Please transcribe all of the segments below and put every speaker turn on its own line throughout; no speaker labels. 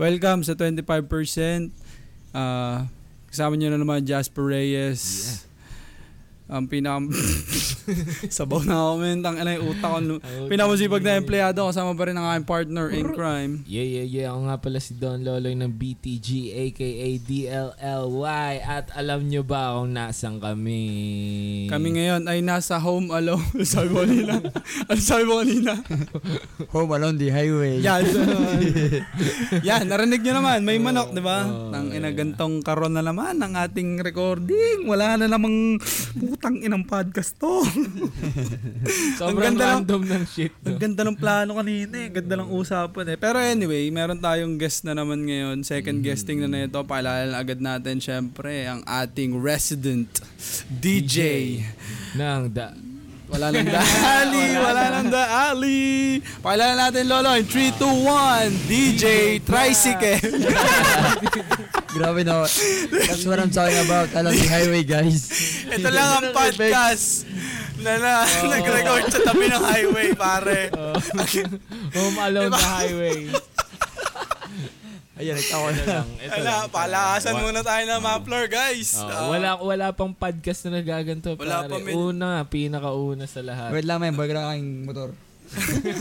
Welcome sa 25%. Ah, kasama nyo na naman Jasper Reyes. Ang pinaka... Sabaw na ako, men. Ang anay utak ko. lu- Pinakamasipag na empleyado. Kasama pa rin ang aking partner in crime.
Yeah, yeah, yeah. Ako nga pala si Don Loloy ng BTG aka DLLY. At alam nyo ba kung nasan kami?
Kami ngayon ay nasa home alone. Ano sabi mo kanina? Ano sabi mo kanina?
Home Alone the Highway.
Yan. Yan, narinig nyo naman. May manok, di ba?
Oo,
Nang inagantong karon na naman ng ating recording. Wala na namang putang inang podcast to.
Sobrang
Ang ganda ng-
random ng shit.
Ang
No?
ganda ng plano kanina eh. Ganda ng usapan eh. Pero anyway, meron tayong guest na naman ngayon. Second guesting na na ito. Paalala na agad natin syempre ang ating resident DJ.
Nang da...
Wala nang dali. wala nang dali. Paalala natin Lolo in 3, 2, 1. DJ Tricycle.
Grabe no. That's what I'm talking about. Along the Highway, guys.
ito lang ang podcast na, na nag-record sa tabi ng highway pare.
Home Alone the
Diba?
Highway.
Ayan, nagtawa
Ito lang. Ito
Wala,
lang.
palakasan muna tayo ng Mapler guys.
Oo,
Ah.
Oh, wala wala pang podcast na nagaganto
Wala pa,
wala pare.
men.
Una, pinakauna sa lahat.
Wait lang, may bago na aking motor.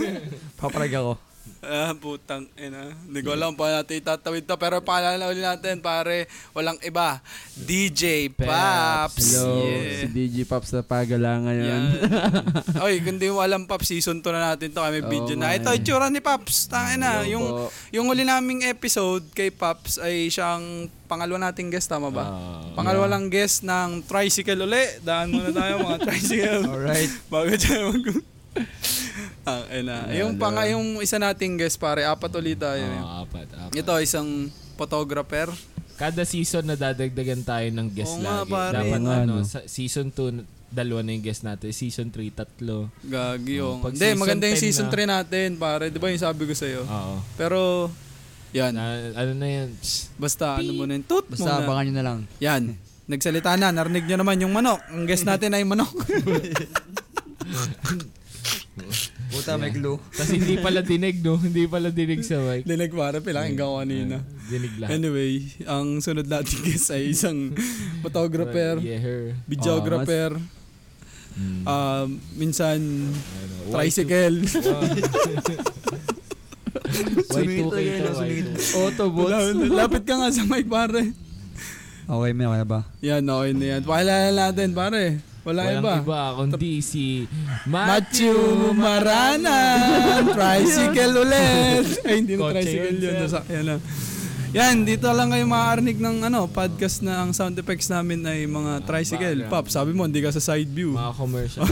Paparag ako.
Ah, putang ina. Hindi ko alam pa natin itatawid to. Pero paalala ulit natin, pare. Walang iba. DJ Paps.
Hello, si
Yeah.
DJ Pops na pagalangan yun.
Yan. Oy, kundi mo alam Paps, season 2 na natin to. Kami
Oo
video na.
nga
Ito,
eh.
itsura ni Paps. Tangin na.
Hello
Yung,
po.
yung huli naming episode kay Paps ay siyang pangalawa nating guest. Tama ba?
Ah,
Oo.
pangalawa lang guest ng tricycle uli. Daan muna tayo mga tricycle.
Alright.
Bago dyan mag... Ang ina. Yung, panga, yung isa nating guest pare, apat ulit tayo.
Oo,
Ah.
Oh, apat, apat.
Ito, isang photographer.
Kada season nadadagdagan tayo ng
Oo
guest
nga,
lagi.
pare.
Dapat
Oo nga,
ano,
no.
sa season 2 dalawa na yung guest natin. Season 3 tatlo.
Gagi yung...
Oh, pag
Hindi,
season
maganda yung
10
season
na.
3 natin, pare. Di ba yung sabi ko sa'yo?
Ah.
Oo.
Pero, yan.
Na, ano na yan? Psst.
Basta, ano muna yung toot
Basta
muna.
abangan nyo na lang.
Yan. Nagsalita na, narinig nyo naman yung manok. Ang guest natin ay manok.
Puta, may glue.
Tapos hindi pala dinig, no? Hindi pala dinig sa mic.
Dinig pare, pilaking ka kanina.
Dinig lahat.
Anyway, ang sunod nating guest ay isang photographer,
Yeah, her.
videographer,
Mm.
um, minsan
Ano,
tricycle.
Y2K to,
Sumingit.
Y2K.
Autobots. Lapit ka nga sa mic pare.
Okay, may okay na ba?
Yan, okay na yan. Pakilala natin, pare. Wala
Walang
iba.
iba. kundi si
Matthew
Matthew
Maranan! tricycle ulit! Ay, hindi na
Kotse
tricycle
yun,
yun.
sir.
Nasakyan lang. Yan, dito lang kayo makakarinig ng ano, podcast na ang sound effects namin ay mga tricycle. Pop, sabi mo, hindi ka sa side view.
Mga commercial.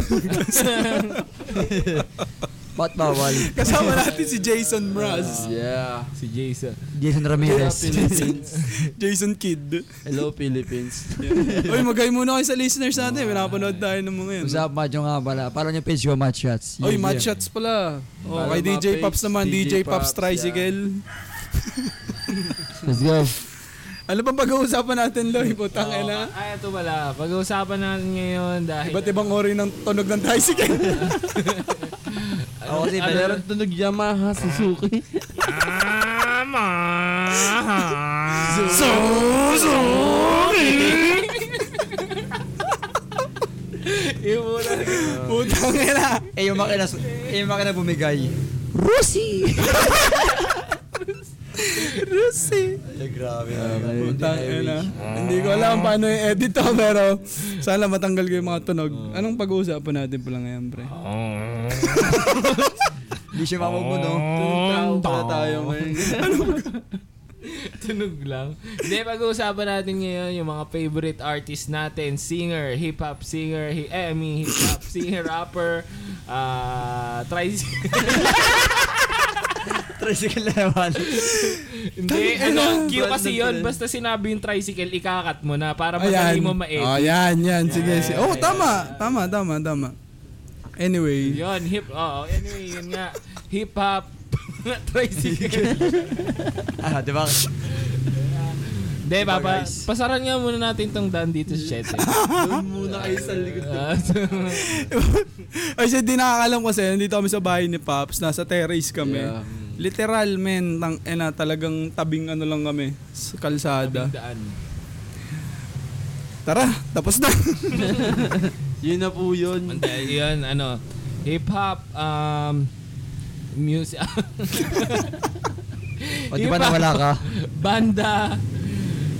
Ba't bawal?
Kasama natin si Jason Mraz.
Yeah.
si Jason.
Jason
Hello,
Ramirez.
Philippines.
Jason Kidd.
Hello, Philippines.
Yan. Uy, magay muna kayo sa listeners natin. Pinapanood tayo ng mga yan.
Usap macho nga pala. Follow nyo page ko, Match Shots.
Oy, match shots pala. Oh,
Para
kay
mga
DJ
pics,
Pops naman, DJ,
DJ
Pops
Pops,
Tricycle.
Let's go.
Ano bang pag-uusapan natin, Loy? Putang
Oo,
ina.
Ay, ito Oh, ah, pala. Pag-uusapan natin ngayon dahil...
Iba't ibang ori ng tunog ng tricycle.
Ako kasi,
Ano rin tunog Yamaha, Suzuki.
Putang ina.
eh, yung makina, eh, yung makina bumigay.
Rusi.
Ay, Eh, grabe.
Putang
ah.
ina. Hindi ko alam paano yung edit to, pero sana matanggal ko yung mga tunog. Anong pag-uusapan natin pala ngayon, pre?
Hindi siya mamamuno.
Tunog pala tayo ngayon.
Tunog lang. Hindi, pag-uusapan natin ngayon yung mga favorite artist natin. Singer, hip-hop singer, hi- eh, I mean, hip-hop singer, rapper, ah, tries...
Tricycle na naman.
Hindi, ano, cue kasi yun. Basta sinabi yung tricycle, ikakat mo na para madali mo ma-edit.
Oh, yan, yan. Sige, sige. Oh, tama. Tama, tama, tama. Anyway.
Yun, hip, oh, anyway, yun nga. Hip-hop, tricycle.
ah, di ba?
Hindi, papa, pasaran nga muna natin tong dan dito sa chat. eh.
Doon muna kayo sa likod.
Ah,
Ay, siya, di nakakalam kasi, nandito kami sa bahay ni Paps. Nasa terrace kami.
Yeah.
Literal, men, tang ena, talagang tabing ano lang kami sa kalsada.
Daan.
Tara, tapos na.
Yun na po yun.
Hindi, yun, ano, hip-hop, um, music,
O di ba nawala ka?
banda,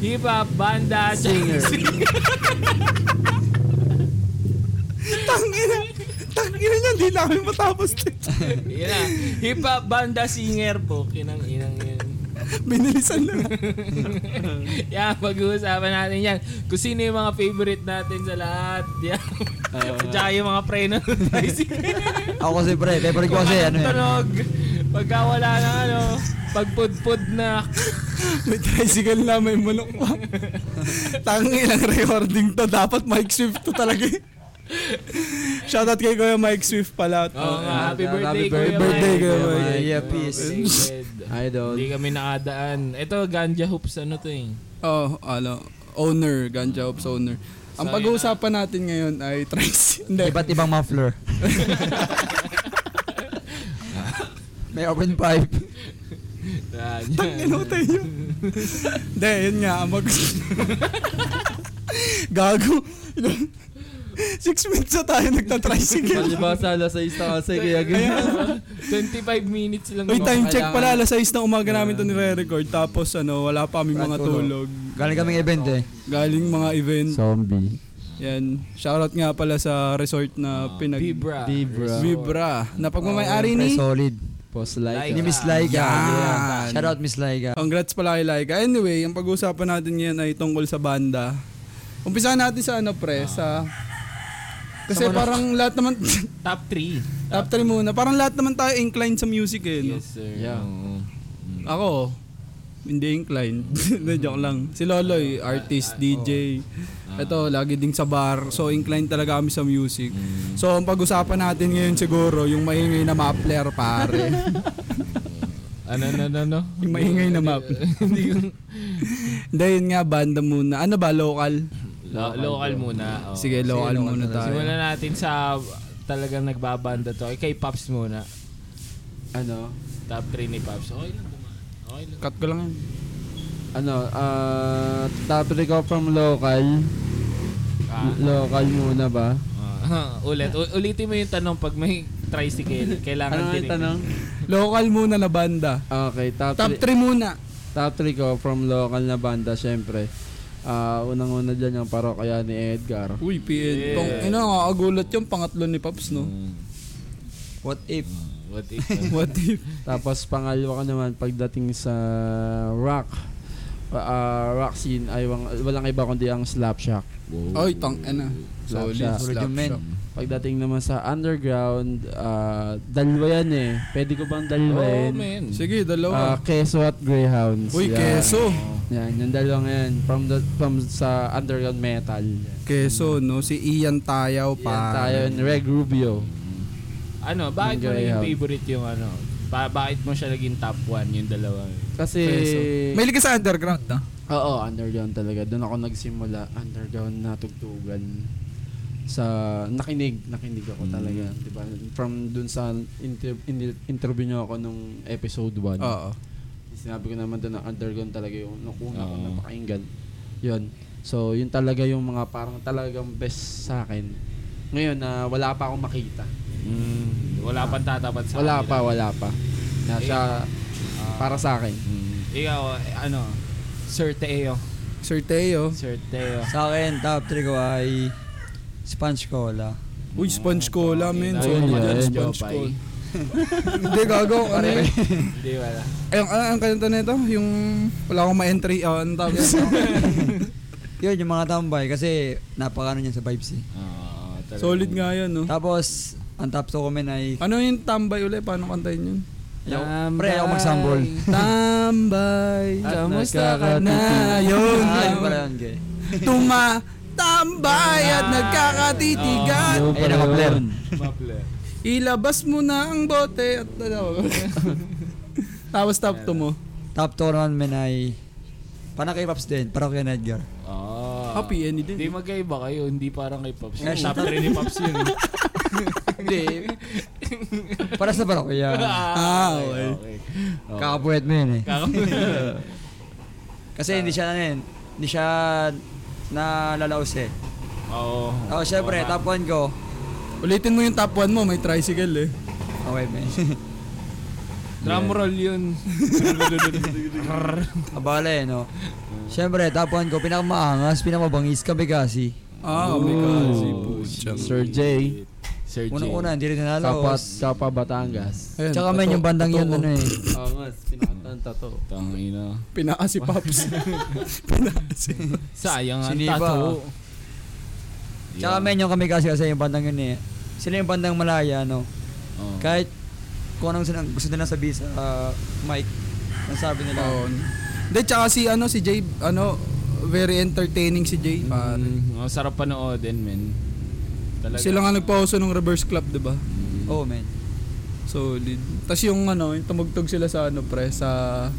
hip-hop, banda, singer.
Tangina. Tangina niya, hindi namin matapos. dito.
Yun na, hip-hop, banda, singer po. Kinang inang yun.
Binilisan lang.
yan, pag-uusapan natin yan. Kung sino yung mga favorite natin sa lahat. Yan. Tsaka yung mga pre na tricycle.
Ako kasi pre, favorite ko kasi ano yan.
Tunog. Pagka wala na ano, pagpudpud na.
May tricycle na, may manok pa. Tangina ng recording to. Dapat Mike Swift to talaga. eh. Shoutout kay Kuya Mike Swift pala.
Oo nga, happy
Happy
birthday,
birthday,
Kuya
birthday,
Mike.
Kuya
Mike.
Mike.
Yeah,
Oh,
peace.
thank God.
Idol.
Hindi kami nakadaan. Ito, ganja hoops ano to eh.
Oh, ano, owner, Ganja Ops owner. Ang
Sayang
pag-uusapan natin ngayon ay tricycle. Hindi.
Iba't ibang muffler. May open pipe.
Tangina mo tayo. Hindi, yun nga. Ang mag... Gago. Six minutes na tayo nagtatricycle.
Palibasa, lasa isa kasi kaya ganyan.
25 minutes lang.
Uy,
to.
time check pala. Alas 6 ng umaga namin ito nire-record. Tapos ano, wala pa aming mga tulog.
Galing kaming event eh.
Galing mga event.
Zombie.
Yan. Shoutout nga pala sa resort na pinag...
Ah, Vibra.
Vibra.
Vibra. Na
Pre,
pagmamayari ni...
Solid.
Post
Like.
like.
Ni Miss Laika.
Yan.
Yeah. Shout out Miss Laika.
Congrats pala kay Laika. Anyway, ang pag-uusapan natin ngayon ay tungkol sa banda. Umpisahan natin sa ano pre, sa... Kasi parang lahat naman...
Top 3.
after muna, parang lahat naman tayo inclined sa music eh. No?
Yes, sir.
Yeah.
Oo.
Ako, hindi inclined. Hindi, joke lang. Si Loloy, artist, DJ. Ito, lagi ding sa bar. So, inclined talaga kami sa music. So, ang pag-usapan natin ngayon siguro, yung maingay na mapler, pare.
Ano, ano, ano, ano?
yung maingay na map. Hindi, yun nga, banda muna. Ano ba, local?
Lo- local muna. oo.
Oh, Sige, local
local
muna
na lang.
tayo.
Simulan natin sa talagang nagbabanda to. Kay Pops muna.
Ano?
Top 3 ni Pops. Okay lang dumaan. Okay lang.
Cut ko lang yan.
Ano, ah, topic ko from local.
Ah.
Local muna ba?
Ah, ulit. U- ulitin mo yung tanong pag may tricycle. Kailangan
Ano yung
tinig.
tanong?
Local muna na banda.
Okay, top,
Top 3
three-
muna.
top 3 ko from local na banda, syempre. Ah, unang-una dyan yung parokya ni Edgar.
Uy, PN.
Yeah.
Tong, ina, nakakagulat yung pangatlo ni Pops, no?
What if?
What
What if?
Tapos pangalawa ko naman pagdating sa rock ah, rock scene ay wang- walang iba kundi ang Slapshot.
Ay, tang, ina.
Slap
Solid,
siya.
slap
Solid yung
siya.
men.
Pagdating naman sa underground, ah, dalawa yan eh. Pwede ko bang
Oh,
dalawain?
man.
Sige,
Ah,
dalawa.
Keso at Greyhounds.
Uy,
Yan.
keso.
Yan, yung dalawang yan. From, the, from sa underground metal. Yan
Keso, no? Si Ian Tayaw, pa.
tayo, and Reg Rubio.
Ano, bakit mo
Yung
naging
Greyhound.
favorite yung ano? Ba- bakit mo siya naging top 1 yung dalawa?
Kasi,
Keso. May liga sa underground, na?
oo, underground talaga. Doon ako nagsimula, underground na tugtugan sa nakinig nakinig ako talaga 'di ba from dun sa inter- in- interview niyo ako nung episode 1
Oo.
sinabi ko naman doon na underground talaga yung nakuna ko
Oo.
na pakinggan. Yun. So, yun talaga yung mga parang talagang best sa akin. Ngayon na wala pa akong makita.
Mm, wala pang tatapat sa
Wala pa,
kanila.
wala pa. Na siya para sa akin.
Ikaw, eh, ano? Sir Teo.
Sir Teo.
Sir Teo.
Sa akin, top 3 ko ay Sponge Cola.
Uy, sponge cola, men.
Ayun,
Solid
ayun,
yan,
ayun,
sponge
Jopay.
cola. Hindi, gago. Ano yun?
Hindi, wala.
Ay, ang, ang, ang kanta nito, yung wala akong ma-entry. Oh, ang tawag yun?
Yun, yung mga tambay kasi napakano niyan sa vibes eh.
Oo, talaga.
Solid nga yan, no?
Tapos, ang top 2 ko men ay...
Ano yung tambay ulit? Paano kantayin yun?
Ayaw, pre, ayaw mag-sample.
Tambay.
At
Kamusta ka
Na
nagkakatitigan.
yun.
Ah, yun pala yun, gay.
Tuma. Tambay at nagkakatitigan.
Ayun
Yun pala
ang muffler.
yun.
Maple.
Ilabas mo na ang bote at dalawa. Tapos top to mo.
Top 2 naman men ay... Parang K-Pops din, parang kay Edgar.
Oh.
Happy any day.
Hindi magkaiba kayo, hindi parang kay Pops.
Yes,
Top 3 ni Pops yun.
Hindi.
Para sa parokya.
Ah, okay.
Oo.
Kakapuwet mo yun eh.
Kaka-
Kasi hindi siya ano yun, hindi siya nalalaos eh.
Oo.
Oh, syempre,
Tama.
top 1 ko.
Ulitin mo yung top 1 mo, may tricycle eh.
Okay, man.
Drum roll yun.
Abala eh, no? Syempre, top 1 ko, pinakamaangas, pinakamabangis, kabigasi.
Ah, oh, may kasi putyang.
Sir J.
Sir J.
Unang-una, hindi rin
Kapat,
nalalaos.
Kapa Batangas.
Ayun,
Tsaka man,
totoo-
yung bandang yun,
totoo.
ano eh.
Oo nga, pinakatanta to.
Tangina.
Pinaa si Pops. Pinaa si
Sayang ang
Siniba.
tato.
Tsaka man, yung kami kasi kasi yung bandang yun eh. Sila yung bandang malaya, no?
Oo.
Kahit kung anong sinang, gusto nila sabihin sa ah, mic, ang sabi nila.
Taon. Hindi, tsaka si ano, si Jay, ano, very entertaining si Jay. Pare.
Mm, ang sarap panoodin, men. Talaga.
Sila nga nagpauso ng reverse club, di ba?
Mm.
Oh, man.
Solid. Tapos yung ano, yung tumugtog sila sa ano, pre, sa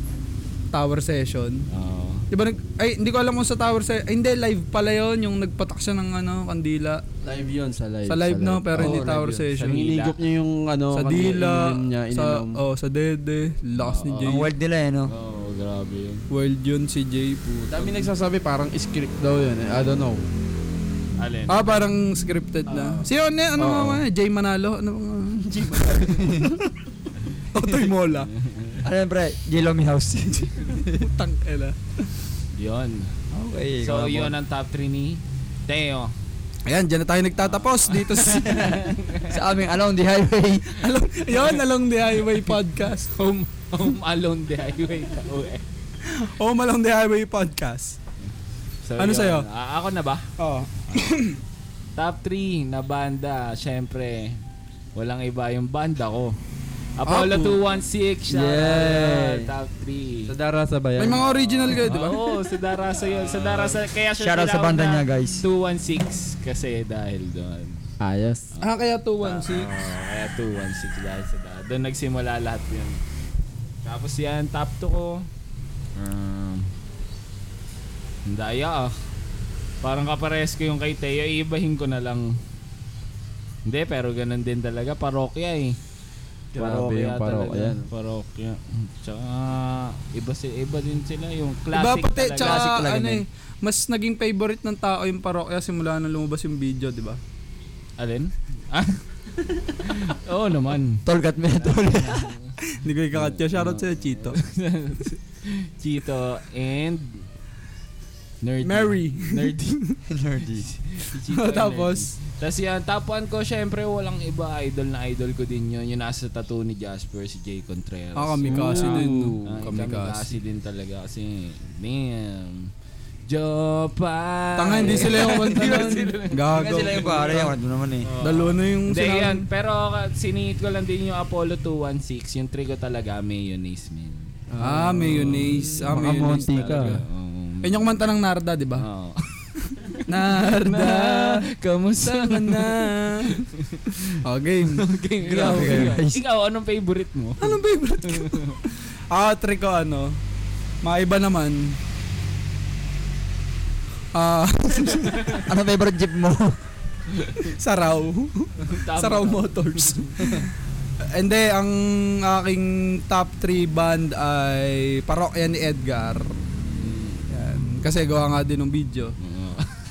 tower session.
Oo.
Di ba, nag, ay, hindi ko alam kung sa tower session, ay, hindi, live pala yon yung nagpatak siya ng ano, kandila.
Live yun sa live.
Sa live, no, pero
Oo,
hindi
live
tower
yun.
session.
Sa Inigop niya yung ano,
sa
kanina,
dila,
ininom niya,
sa,
ininom.
oh, sa dede, lakas ni
Oo.
Jay.
Ang wild nila eh, no?
Oh.
Oo, grabe yun.
World yun si Jay po.
Dami nagsasabi parang script daw yun. eh. I don't know.
Alin?
Ah, parang scripted na. Si ano, ano
Oo.
nga, Jay Manalo? Ano nga? Jay Manalo. Otoy Mola.
Ano yun, pre? Yellow Mi House.
Putang ela.
Yun.
okay,
So,
grabe.
yun ang top 3 ni Teo.
Ayan, dyan na tayo nagtatapos dito sa
sa aming along the highway.
Along, yun, Along the Highway Podcast.
Home, home alone the highway ka uwi.
Home Oh, Along the Highway Podcast.
So,
Ano
yun.
sa'yo?
Ah, ako na ba?
Oo.
Top 3 na banda. Siyempre, walang iba yung banda ko. Apollo
Apo.
216. Shout
Yay.
out. Top 3.
Sa Darasa ba yan?
May mga original kayo, di ba?
Oo, sa Darasa yun. Sa Darasa. Kaya siya
Shoutout sa
tinawag
banda
na
niya, guys.
216 kasi dahil doon.
Ayos.
Ah, kaya
Oo,
216.
Ah, kaya 216 dahil sa dahil. Doon nagsimula lahat yun. Tapos yan, top 2 ko. Um, ang daya ah. Parang kapares ko yung kay Teo, iibahin ko na lang. Hindi, pero ganun din talaga. Parokya eh.
Grabe yung
talaga.
parokya, no?
Parokya. Tsaka, iba, si, iba din sila. Yung
Diba
classic
pati,
talaga.
tsaka
Classic talaga
ano
nun.
eh, mas naging favorite ng tao yung parokya simula nang lumabas yung video, di ba? eh.
Alin? Ah? Oo naman.
Tolgat me, tol.
Hindi ko ikakatya. Shoutout sa'yo, Chito.
Chito and Nerdy.
Mary.
Nerdy.
Nerdy.
Si Chito and
Tapos?
Nerdy. Tapos yan, top 1 ko, syempre walang iba idol na idol ko din yun. Yung nasa tattoo ni Jasper, si Jay Contreras.
Ah, kamikasi
Ooh.
din, no?
Ah,
Kamikasi.
kamikasi din talaga kasi, damn. Jopa.
Tanga, hindi sila yung kumanta
Ah, Hindi
nun.
sila yung-
Gago.
Kasi sila yung pare, yung ano naman eh.
Oo.
Dalawa na yung
Hindi
sinabi.
yan. Pero ka- siningit ko lang din yung Apollo 216. Yung trigo talaga, mayonnaise, man.
Ah, mayonnaise. Ah,
Baka
mayonnaise
Monty ka.
talaga.
Um,
Yun yung kumanta ng Narda, di ba?
Oo.
Narda,
kamusta
saan ka na? Oh, game.
Okay, ikaw,
Grabe kayo,
ikaw.
guys.
Ikaw, anong favorite mo?
Anong favorite ko? ah, trick ko ano. Maiba naman. Ah,
Ano favorite jeep mo?
Saraw.
Tama
Saraw
ka.
Motors. Hindi, ang aking top 3 band ay Parokya ni Edgar. Yan. Kasi gawa nga din ng video.
Oo.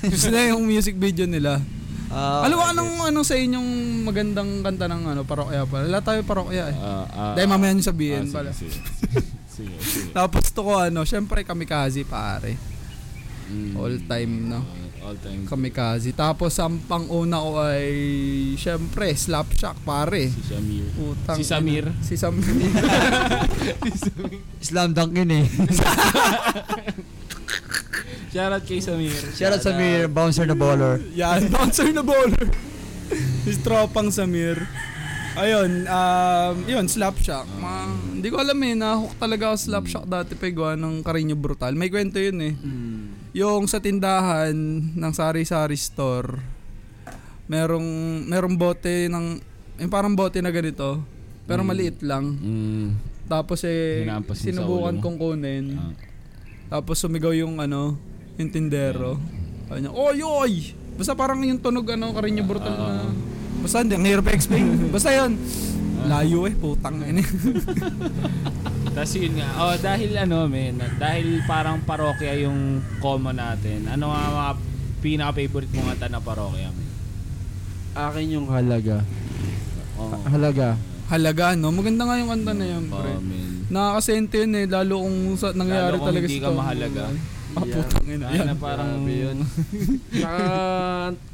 Gusto na yung music video nila.
Ah,
Ano ba anong ano sa inyong magandang kanta ng ano parokya pa? Wala tayo parokya eh.
Ah, ah,
Dahil mamaya niyo
ah,
sabihin
sige,
pala.
Sige, sige. sige.
Tapos to ko ano, syempre kamikaze pare.
Mm.
All time no.
Ah, all time.
Kamikaze. Tapos ang panguna ko ay syempre Slapshack pare.
Si Samir.
Putang
Si Samir.
ina. Si Samir.
Slam dunk yun eh.
Shoutout kay Samir.
Shoutout sa Mir, bouncer na baller.
Yan, bouncer na bowler. His tropang Samir. Ayun, um, yun, Slapshack. Ma, hindi ko alam eh, nahook talaga ako sa Slapshack dati pa gawa ng Carino Brutal. May kwento yun eh. Yung sa tindahan ng sari-sari store, merong, merong bote ng, yung parang bote na ganito, pero maliit lang.
Mm.
Tapos eh,
Hinampas mo sa
sinubukan
ulo mo?
kong kunin.
Ah.
Tapos sumigaw yung ano,
Ah. Ah,
yung tindero. Sabi niya, oy, oy! Basta parang yung tunog ano, karin yung brutal na. Basta hindi, ang hirap explain. Basta yun.
Ah.
Layo eh, putang ina.
Tapos yun nga, oh, dahil ano men, dahil parang parokya yung common natin, ano nga mga pinaka-favorite mong kanta na parokya men?
Akin yung halaga.
Oh,
Ha- Halaga.
Halaga, no? Maganda nga yung kanta na yun, pre.
oh men.
Nakakasente yun eh, lalo kung sa, nangyayari
Lalo kung
talaga
hindi ka mahalaga.
Ah,
Yeah.
putang ina.
Ay,
Yan.
na parang
Grabe yun. Saka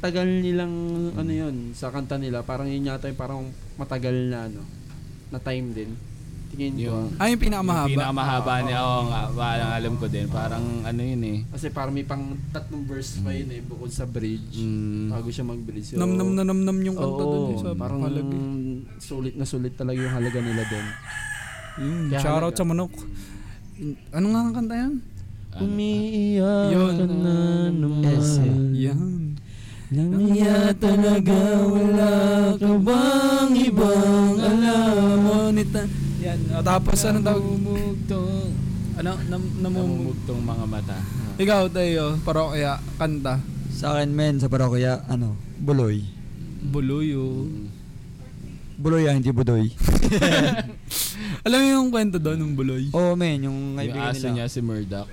tagal nilang ano yun sa kanta nila parang yun yata yung parang matagal na ano na time din. Tingin ko.
Ay,
Yung-
Ah, yung
Yung
pinakamahaba.
pinakamahaba niya, Ah, oo nga, parang alam ko din, parang ano yun eh.
Kasi parang may pang tatlong verse pa yun eh bukod sa bridge.
Mm.
Bago siya mag-bridge. So,
Namnam na namnam yung kanta
oo,
dun eh, sa
parang
halaga.
sulit na sulit talaga yung halaga nila doon.
Yun,
Kaya
Hmm, shoutout sa
halaga.
manok. Ano nga ang kanta yan?
Umiiyak
Yun.
ka na naman.
Yes, yun.
Yan.
Nangiya talaga wala ka bang ibang alam?
Ngunit na- Yan. O, tapos anong tawag?
Namumugtong,
Ano? Nam, namum-
namumugtong mga mata.
Ikaw tayo, pero kaya kanta.
Sa akin, men, sa parokya, ano, buloy.
Buluyo.
Buloy ah, hindi budoy.
Alam mo yung kwento doon ng buloy?
Oo, men, yung
Yung
kaibigan
aso
nila.
niya si Murdoch.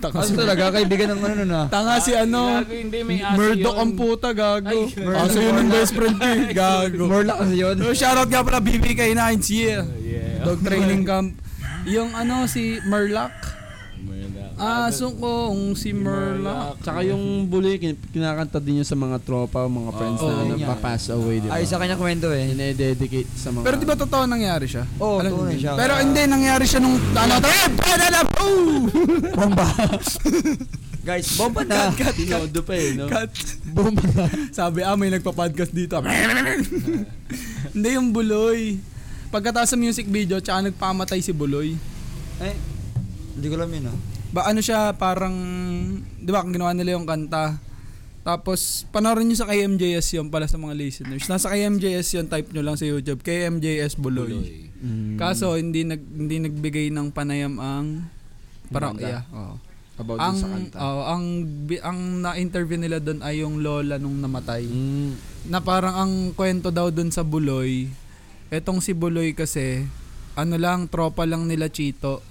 Aso talaga, kaibigan ng ano nun ah.
Tanga si ano,
Gago, hindi, may aso
Murdoch
yun.
ang puta, gago. Ah,
Ay,
Aso yun ang best friend ko, eh, gago.
Morla kasi yun.
So, shoutout nga pala BBK9, yeah.
Yeah.
Dog training camp. Yung ano, si Murloc.
Murdoch.
Aso kong si Murloc.
Tsaka yung buloy, kin- kinakanta din yun sa mga tropa, mga friends
Oo,
na
yun yan.
napapass away, di ba?
Ay, sa kanya kwento eh.
Dinededicate sa mga...
Pero di ba totoo nangyari siya?
Oo,
Alam-
totoo na siya.
Pero hindi, nangyari siya nung ano, eh, padala po!
Bomba. Guys, bomba na.
Tinodo pa eh, no?
Cut.
Bomba na.
Sabi, ah, may nagpa-podcast dito. hindi, yung Buloy. Pagkatapos sa music video, tsaka nagpamatay si Buloy.
Eh, hindi ko alam yun ah.
Ba ano siya, parang, di ba, kung ginawa nila yung kanta. Tapos, panoorin nyo sa KMJS yun pala sa mga listeners. Nasa KMJS yun, type nyo lang sa YouTube. KMJS Buloy.
Hmm.
Kaso, hindi, nag, hindi nagbigay ng panayam ang parokya. Oo.
About
ang
dun sa kanta.
oo, ang bi- ang na-interview nila doon ay yung lola nung namatay.
Mm.
Na parang ang kwento daw doon sa Buloy, etong si Buloy kasi ano lang tropa lang nila Chito.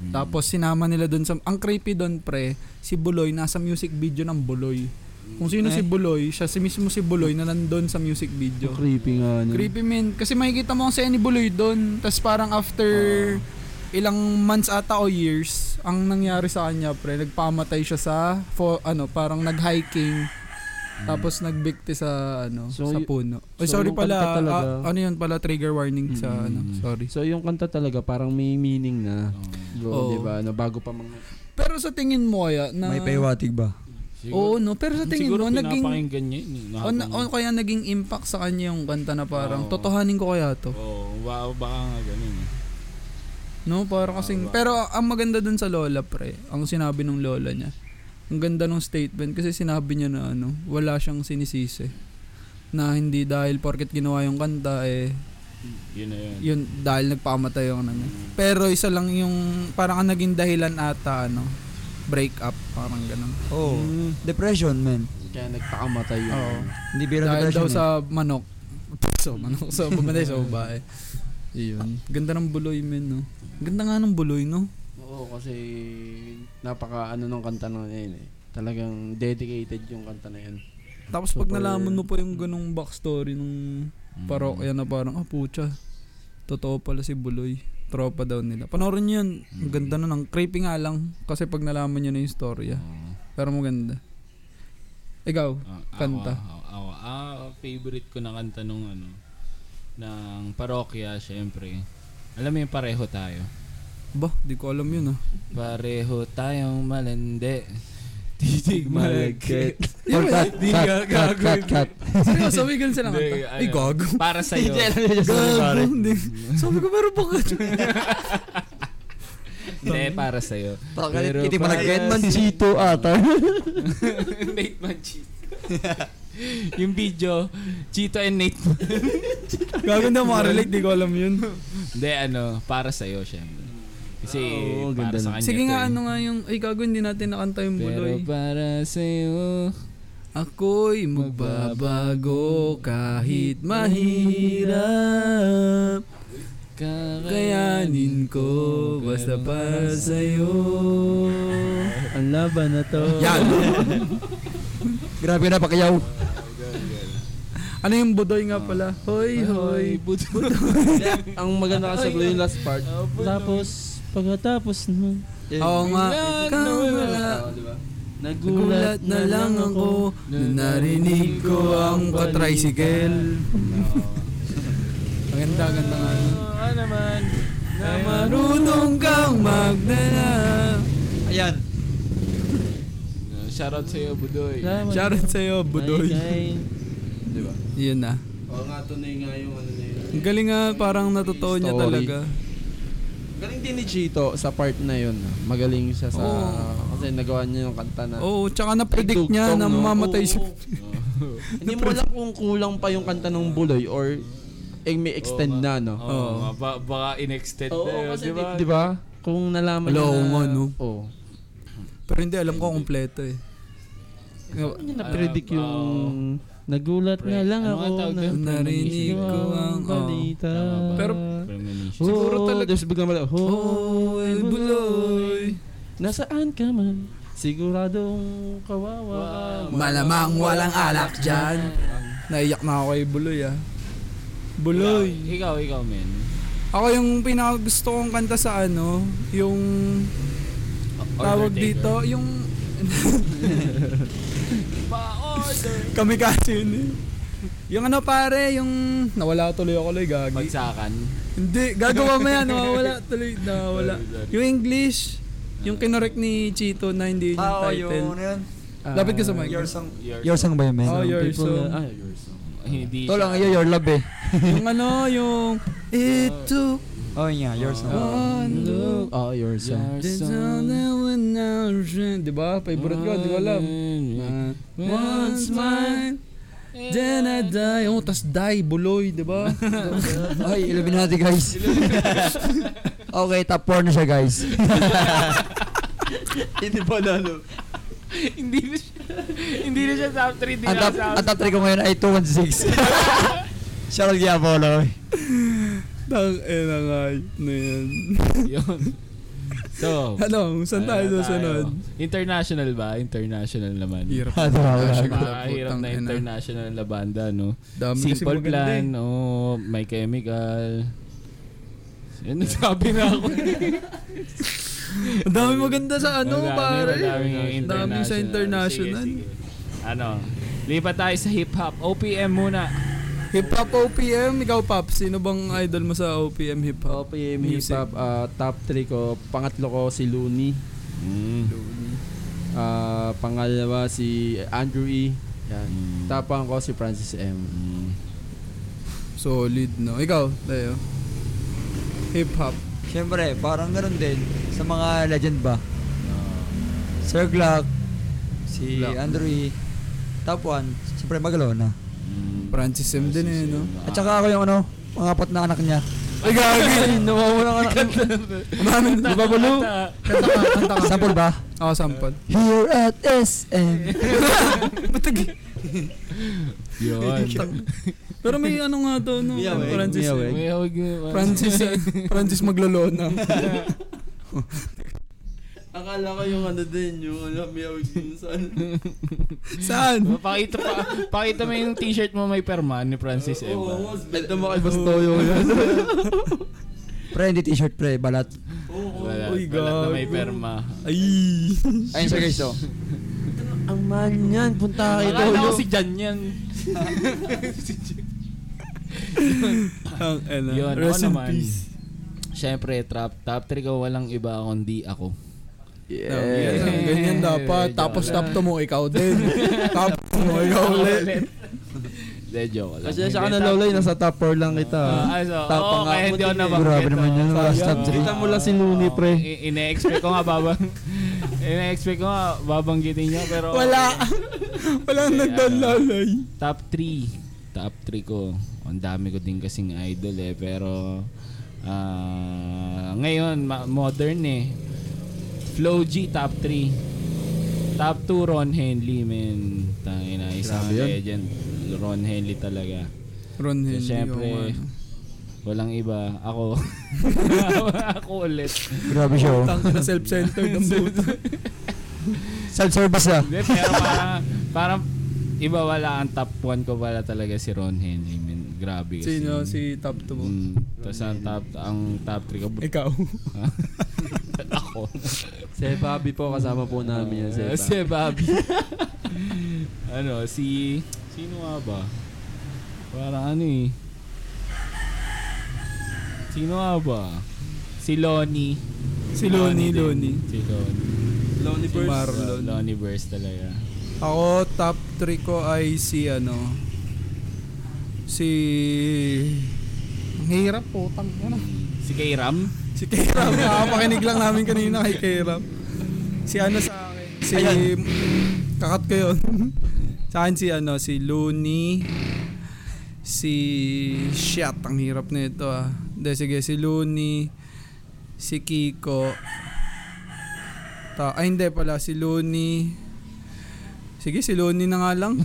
Tapos sinama nila doon sa ang creepy doon pre, si Buloy nasa music video ng Buloy. Kung sino si Buloy, siya si mismo si Buloy na nandun sa music video.
Yung creepy nga. No?
Creepy man. Kasi makikita mo ang Senny Buloy doon. Tapos parang after ilang months ata o years, ang nangyari sa kanya pre, nagpamatay siya sa, fo, ano, parang nag-hiking. Tapos nagbikti sa ano
So,
sa
y-
puno. Oy,
so,
sorry
yung
pala.
kanta talaga-
ah, ano 'yun pala trigger warning sa
Mm.
ano. Sorry.
So yung kanta talaga parang may meaning na. Go,
Oo.
di ba? Ano, bago pa mga...
Pero sa tingin mo kaya na
May paywatig ba?
Oo no, pero sa tingin mo
siguro
naging Ano,
pinapakinggan niya yun. eh,
o, na-
nakapanood.
o kaya naging impact sa kanya yung kanta na parang
Oo.
totohanin ko kaya to.
Oo, ba, baka nga ganun. eh.
No, parang kasing...
Ah,
pero ang maganda dun sa lola, pre, ang sinabi ng lola niya, ang ganda ng statement kasi sinabi niya na ano, wala siyang sinisisi. Na hindi dahil porket ginawa yung kanta, eh,
Yun na yun.
yun, dahil nagpamatay yung ano. Pero isa lang yung, parang ang naging dahilan ata, ano, break up, parang ganun.
Oo.
Hmm.
Depression, men.
Kaya nagpakamatay yun.
Oo.
Hindi biro
Dahil
depression
daw
eh.
sa manok. So, manok. So, bumatay sa babae. Yun. Ganda ng buloy, men, no? Ganda nga ng buloy, no?
Oo, kasi napaka ano nung kanta na yun eh. Talagang dedicated yung kanta na yun.
Tapos pag
Super-
nalaman mo pa yung ganung backstory nung parokya na parang, ah putya, totoo pala si Buloy. Tropa daw nila. Panoorin niyo yun. Ang ganda na ng creepy nga lang. Kasi pag nalaman niyo na yung storya.
Oo.
Pero maganda. Ikaw,
Ah, ako,
Kanta.
ako, ako. Ah, favorite ko na kanta nung ano, ng parokya, syempre. Alam mo yung pareho tayo.
ba, di ko alam yun ah.
Pareho tayong malandi. Titig malagkit.
Yun,
Cut,
di
cut,
ga-
cut,
gago
cut,
yun.
cut.
Seryoso, may ganun silang
Hindi,
kanta. Ay,
ano,
gago.
Para sa'yo.
Gago, hindi. Sabi ko, pero bakit?
Hindi, para sa'yo.
Pakakalit
Pero
kiti
para
malagkit.
sa-
Manchito ata.
Nate Manchito. yung video, Chito and Nate.
Gago na makarelate, di ko alam yun.
Hindi, ano, para sa'yo, syempre. Kasi,
Oo,
para
ganda
sa
nun.
kanya
Sige
to
nga,
eh.
ano nga yung, ay gago, hindi natin nakanta yung
Pero
Buloy.
para sa'yo,
Ako'y magbabago kahit mahirap Kakayanin ko basta para sa'yo
Ang laban na to.
Yan!
Grabe na pakayaw.
ano yung budoy nga pala? Hoy, hoy,
Ang maganda kasi yung last part.
Oh,
Tapos, pagkatapos nun,
Oo nga, ikaw wala. Nagulat na lang ako nung narinig ko ang patricycle. Ang ganda, ganda nga. no?
naman.
Na marunong kang magdala. Ayan.
Shoutout sa'yo, Budoy.
Shoutout sa'yo, Budoy.
Di ba?
Yun na.
Oo nga, tunay nga yung ano na yun.
Ang galing nga, parang natotoo niya
Story.
talaga.
Galing din ni Chito sa part na yun. ah. Magaling siya sa...
Oo.
Kasi nagawa niya yung kanta na...
Oo, tsaka na-predict
Tugtog,
niya na
no?
mamamatay
Oo.
si...
Hindi mo alam kung kulang pa yung kanta ng Buloy or eh, may extend na, no?
Oo,
Oo.
nga, ba- baka in-extend na yun, di ba?
Di ba? Kung nalaman
Wala,
niya
oo nga, no?
Oo.
Pero hindi, alam ko kompleto eh.
Hindi niya na-predict
Ah,
yung...
Nagulat na
Pre-
lang
ano nga
ako.
tawag doon?
nang
Narinig ko ang- oh.
balita.
Tama ba?
Pero-
Premonition.
Siguro talaga. Tapos biglang mali,
Oh, El Buloy.
Nasaan ka man? Siguradong kawawa. ka.
Malamang walang alak dyan. Naiyak na ako kay Buloy ah. Buloy.
Ikaw, ikaw, men.
Ako yung pinaka gusto kong kanta sa ano, yung tawag dito, yung
Pa-order!
kami kasi yun eh. Yung ano pare, yung nawala tuloy ako loy gagi.
Magsakan.
Hindi, gagawa mo yan, nawawala tuloy, nawawala. Yung English, yung kinorek ni Chito na hindi yun yung
Ah, oh,
title.
yun, ano yun.
Lapit ka sa mic.
Your song.
Your song ba yun, man?
Oh, your
People
song.
na-
Ah, your song.
Hindi
Ito lang,
siya-
yun, your love eh.
yung ano, yung It took
Oh, yeah, your song.
one look
Ah, your song.
Your
There's
song.
only one hour. Di ba? Favorite ko, di ko alam. Uh, once mine, then I die. Oh, tas die, buloy, di ba?
Ay, Illuminati guys. okay, top 4 na siya guys.
Hindi pa lalo.
hindi na siya. Hindi na siya top 3. Hindi
ang
na
top,
siya
ang top 3 ko ngayon ay 216. Shout out kay Apollo.
Tang ina nga na yan.
Yun. So,
Ano, saan tayo
ayan na
susunod?
tayo. International ba? International naman.
Hirap.
Ah, tama
Hirap.
ka.
Ah, hirap
Putang
na
ina.
international na banda, no?
Dami kasi
Simple
maganda eh.
Plan, oh, My Chemical. Yan, nagsabi na ako.
Ang dami maganda sa ano,
Madami,
pare.
madaming
Ang dami sa international.
Sige, sige. Ano? Lipat tayo sa hip-hop. OPM muna.
Hip-hop OPM, ikaw Pop, sino bang idol mo sa OPM hip-hop?
OPM
Music.
Hip-Hop,
Uh,
ah, top 3 ko. Pangatlo ko si Looney.
Mm.
Ah, pangalawa si Andrew E. Yan.
Mm.
Tapang ko si Francis M.
Mm.
Solid, no? Ikaw, tayo. Hip-hop.
Siyempre, parang ganun din. Sa mga legend ba? Sir Glock, si
Glock.
Andrew E. Top 1, siyempre Magalona.
Mm.
Francis M din eh, no?
At saka ako yung ano, pangapat na anak niya.
Ay, gagi! Nawawala ka na. Umamin. Di ba, Bulo? Kanta ka, kanta ka.
Sample ba?
Oo, sample.
Here at SM.
Batagi.
Yun.
Pero may ano nga daw, no?
Miyawig,
Francis.
miyawig.
May hawig na-
Francis, eh. Francis maglolona.
Akala ko yung ano din, yung alam yung sa
Saan?
Pakita pa, pakita mo yung t-shirt mo may perma ni Francis M.
Oh,
ah.
Benta mo kay Bastoyo yan.
Pre, hindi t-shirt pre, balat.
Wala,
Uy,
wala na may
gago.
perma.
Ay.
Ayun siya guys, oh.
Ang mahal niyan, punta kay
Akala ko
Toyo.
si Jan yan.
Ang ena.
Yun, ako
Rest in
naman.
peace.
Siyempre, trap, top 3 ko walang iba kundi ako.
Yan,
Yeah.
Ganyan dapat.
Joke
Tapos
lang.
tapto mo, ikaw din. Tapto mo, ikaw ulit.
Hindi, joke lang.
Kasi siya ka
Hindi,
na
top-
lowlay, nasa top 4 lang kita.
Ah, so,
Tapa
oo,
nga
kaya
ako
hindi ako
din eh.
nabanggit. oh.
Grabe naman yun,
Oo.
last top
Oo.
three.
Kita mo lang si Looney,
Oo.
pre.
Oh, I- Ine-expect ko nga babang... Ine-expect ko nga babanggitin niya, pero...
Wala. Walang nagdalalay.
Top 3. Top 3 ko. Ang dami ko din kasing idol eh, pero... ah, ngayon, ma- modern eh. Flow G, top 3. Top 2, Ron Henley, man. Tangina, isang
Grabe yun.
legend. Ron Henley talaga.
Ron oh,
So,
Henley.
syempre,
oo nga.
walang iba. Ako. ako ulit.
Grabe siya. oh.
Tang na self-centered ng buto.
Self-service ah.
Hindi, pero parang, parang iba wala ang top 1 ko pala talaga si Ron Henley. Man. Grabe kasi.
Sino si top 2 mo?
Mm, Tapos ang top, ang top 3 ko.
Ikaw.
ako.
Si Bobby po, kasama po namin yan. Si
Ah,
Bobby.
si Bobby. ano, si... Sino nga ba? Parang ano eh. Sino nga ba? Si Lonnie.
Si Lonnie,
din.
Lonnie.
Si Lonnie.
Lonnie
Si Marlon. Lonnie Burst talaga.
Ako, top 3 ko ay si ano, si... Ang hirap po, tang ano.
Si Kairam.
Si K-Ram, nakapakinig lang namin kanina kay K-Ram. Si ano sa akin, si... Kakat ko yun. sa akin si ano, si Looney, si... Shit, ang hirap na ito ah. Hindi, sige, si Looney, si Kiko, ta ay hindi pala, si Looney, Sige, si Looney na nga lang.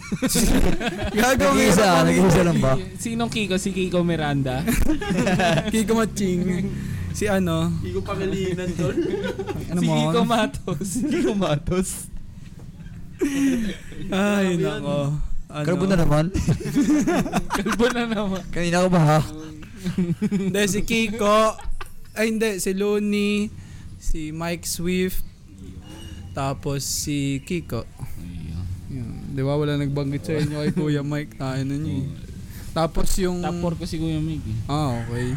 Gagawin
Nag-iisa,
sa
nag-iisa lang ba?
Ano?
Sinong Kiko? Si Kiko Miranda.
Kiko Matching. Si ano?
Hindi ko pangalinan doon.
Ano
si
mo?
Kiko Matos. si Kiko Matos.
Ay,
Grabe yun.
nako. Ano?
Karbo na naman.
Kalbo na naman.
Kanina ko ba ha?
Hindi, si Kiko. Ay, hindi. Si Looney. Si Mike Swift. Tapos si Kiko. Yun. Di ba wala nagbanggit sa inyo kay Kuya Mike? Tayo na niyo. eh. Tapos yung...
Top 4 ko si Kuya Mig. eh.
Ah, okay.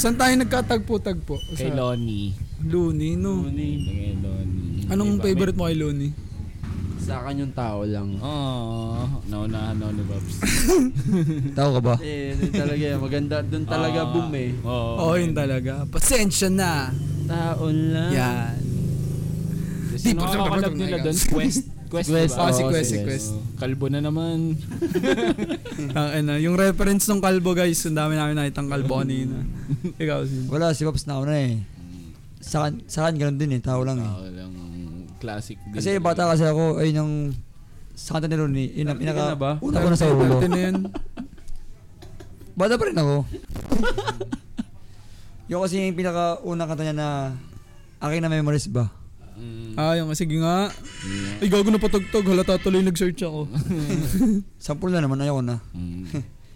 Saan tayo nagkatagpo-tagpo?
Kay
Sa-
Lonnie.
Looney, Diba? no?
Lonnie. Kay Lonnie.
Anong
Iba.
favorite mo kay Looney?
Sa akin yung tao lang.
Oo. Naunahan ako ni Babs.
Tao ka ba?
Eh, yun talaga yan. Maganda. Doon talaga
Ah,
boom eh.
Oo.
Oo, Oh, yun talaga. Pasensya na! Ah.
Tao lang.
Yan. Di
Di
pa-
nakakalab nila doon. Quest. Quest.
Quest.
diba?
Ah, si
Oo,
Quest, si
si
Quest.
Oo. Kalbo na naman.
Ang ina, Ah, yung reference ng kalbo guys, ang dami namin nakitang kalbo kanina. Ikaw, Sin.
Wala, si Pops na ako na eh. Sa akin, sa akin ganun din eh. Tao lang eh.
Oo, lang. Ah, Classic din.
Kasi bata kasi ako, ayun yung sa kanta ni Ronnie, yun ang
Darating ka
pinaka,
na ba?
una ko na sa ulo.
Dati na yun.
Bata pa rin ako. yung kasi yung pinaka unang kanta niya na akin na memories ba?
Mm.
Ah, yung sige nga.
Yeah.
Ay, gago na patugtog. Halata tuloy nag-search ako.
Sampul na naman, ayoko na.
Mm.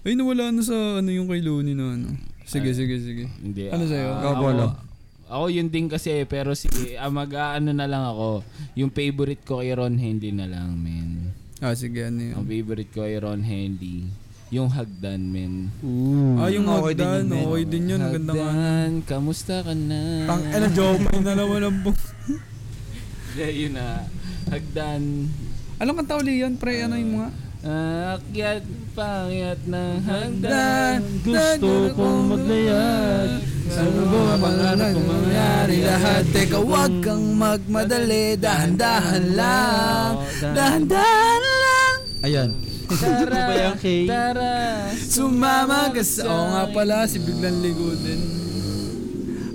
Ay, nawala na sa ano yung kay Looney na ano. Sige,
Ay.
sige, sige.
Hindi.
Ano sa'yo?
ah,
Ikaw, Polo.
ako- Ako yun din kasi pero sige, ah, mag-ano na lang ako. Yung favorite ko kay Ron Henley na lang, men.
Ah, sige, ano yun.
Ang favorite ko kay Ron Henley. Yung hagdan, men.
Hmm.
Ah, yung
Okay din
Hagdan.
yun, men.
Okay din yun. Ang ganda nga.
Hagdan, kamusta ka na?
Tang, ano, Jopay na naman ang bong.
Yeah, yun na. Hagdan.
Anong kanta uli yun, pre? Ano yung mga?
Ah, Akyat, pangyat ng hagdan. Gusto kong maglayag. Sa lubong ang pangarap kong mangyari lahat.
Teka, wag kang magmadali. Dahan-dahan lang. Dahan-dahan lang.
Ayan.
Tara,
ba yan, Kay?
tara.
Sumama ka sa... Oo nga pala, si Biglang Ligo din.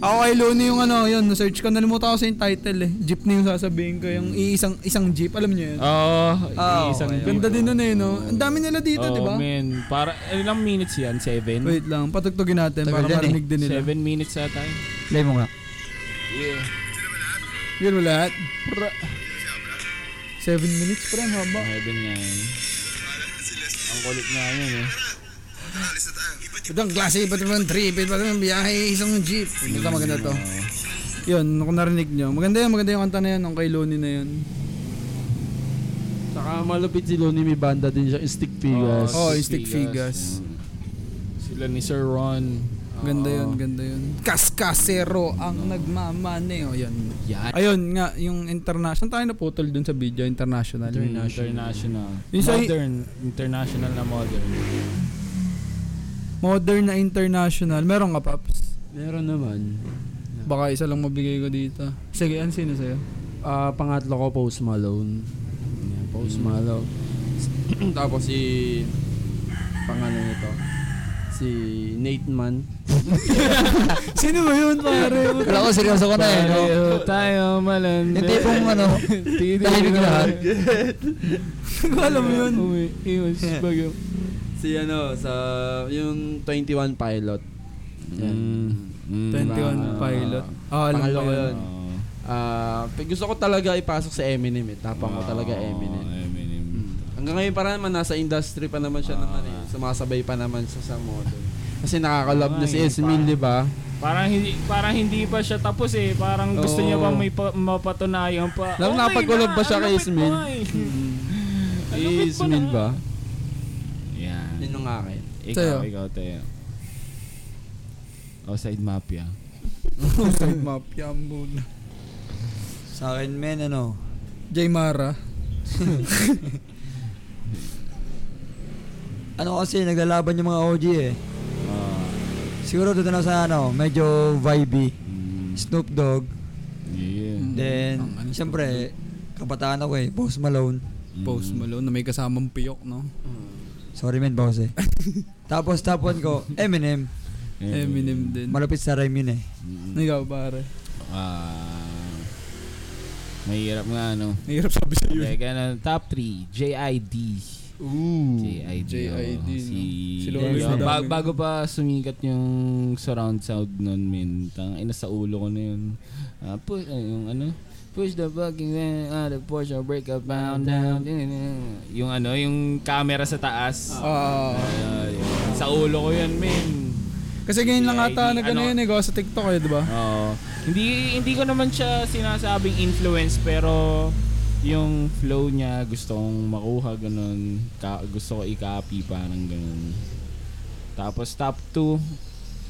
Ako kay Loni yung ano, yun, search ko, nalimutan ko sa yung title eh. Jeep na yung sasabihin ko, yung iisang, isang jeep, alam niyo yun?
Oo,
Ah,
isang
okay. Ganda din nun eh, no? Ang dami nila dito,
Oo,
Ano, di ba?
man. Oh, Para, ilang minutes yan? Seven?
Wait lang, patugtugin natin
Tagal
para
yan eh.
marinig din nila.
Seven minutes ata.
Play mo nga.
Yeah.
Yun mo lahat. Pra. Seven minutes, pre, ang haba.
Seven nga yan. Ang kulit nga yun eh.
Ito ang klase, iba't ibang trip, iba't ibang biyahe, isang jeep. Ito maganda to.
Oo.
Yun, kung narinig nyo. Maganda yun, maganda yung kanta na yun, ang kay Loni na yun.
Saka malupit si Lonnie, may banda din siya. Stick Figures.
Oo, Oh, yung stick figures.
Oh, Sila ni Sir Ron.
Ganda yun,
Oo.
ganda yun. Kaskasero ang nagmamaneo. Yun.
Yan.
Ayun nga, yung international. Tayo naputol dun sa video, international.
International. international.
Yung sa-
modern. International na modern.
Hmm. Modern na international. Meron ka, Paps?
Meron naman.
Baka isa lang mabigay ko dito. Sige, ano sino sa'yo?
Ah, pangatlo ko, Post Malone. Yan, Post Malone. Tapos si... Pangalan ano nito. si Nate Man.
Sino ba yun, pare?
Wala ko, seryoso ko na eh. No?
Pareho tayo malandi.
Yung tipong ano, tahimik lahat.
Kung alam mo yun.
Umiiwas bagyo.
Si ano, sa yung 21 Pilot. Diba? Yan.
Mm.
21 pilot. Ah, alam
Pangalawa
ko yun.
yun. Ah, pe- gusto ko talaga ipasok sa Eminem eh. Tapang ko talaga Eminem.
ah, Eminem. Hmm.
Mm. Hanggang ngayon para naman nasa industry pa naman siya
Ah.
naman eh. Sumasabay pa naman siya sa model. Kasi nakakalab
Ah,
niya si
yun
Esmin,
pa.
di ba?
Parang hindi parang hindi pa siya tapos eh. Parang gusto niya pa
Oo.
may pa, mapatunayan pa.
Alam, napagulog ba siya kay Ismail?
Ang
Si
lupit pa
Esmin
na.
ba?
Yan.
Yun yung akin.
Ikaw,
Tayo.
ikaw, Teo. Outside mafia.
Side map, yambun.
Sa akin, men, ano?
Jay Mara.
Ano kasi, naglalaban yung mga OG eh.
Ah.
Siguro doon na sa ano, medyo vibey.
mm,
Snoop Dogg.
yeah.
Then,
Ang ano,
siyempre, kabataan ako eh. Post Malone.
Hmm, Post
Hmm.
Malone na may kasamang piyok, no?
Sorry men, boss eh. Tapos top one ko, Eminem.
Hmm.
Eminem din.
Malapit sa rhyme yun eh.
Mm.
Ikaw, pare.
Ah. Mahirap nga ano.
Nahirap sabi sa iyo.
Teka na, top 3, JID.
Ooh.
JID.
JID,
oh,
no?
Si,
Si Lolo
Diba,
Yudang.
ba- bago pa sumikat yung surround sound nun, min. Tang, ina sa ulo ko na yun. Ah, pu- ah, yung ano? Push the fucking man out of Porsche, break up, bound down. Yung ano, yung camera sa taas.
Ah.
Ah, yun. sa ulo ko yun, min.
kasi ganyan lang ata
JID,
na
ano?
gano'n yun eh, gawa sa TikTok eh, di ba?
Oo. Hindi hindi ko naman siya sinasabing influence pero yung flow niya gusto kong makuha ganun. Ka- gusto ko i-copy parang ganun. Tapos top 2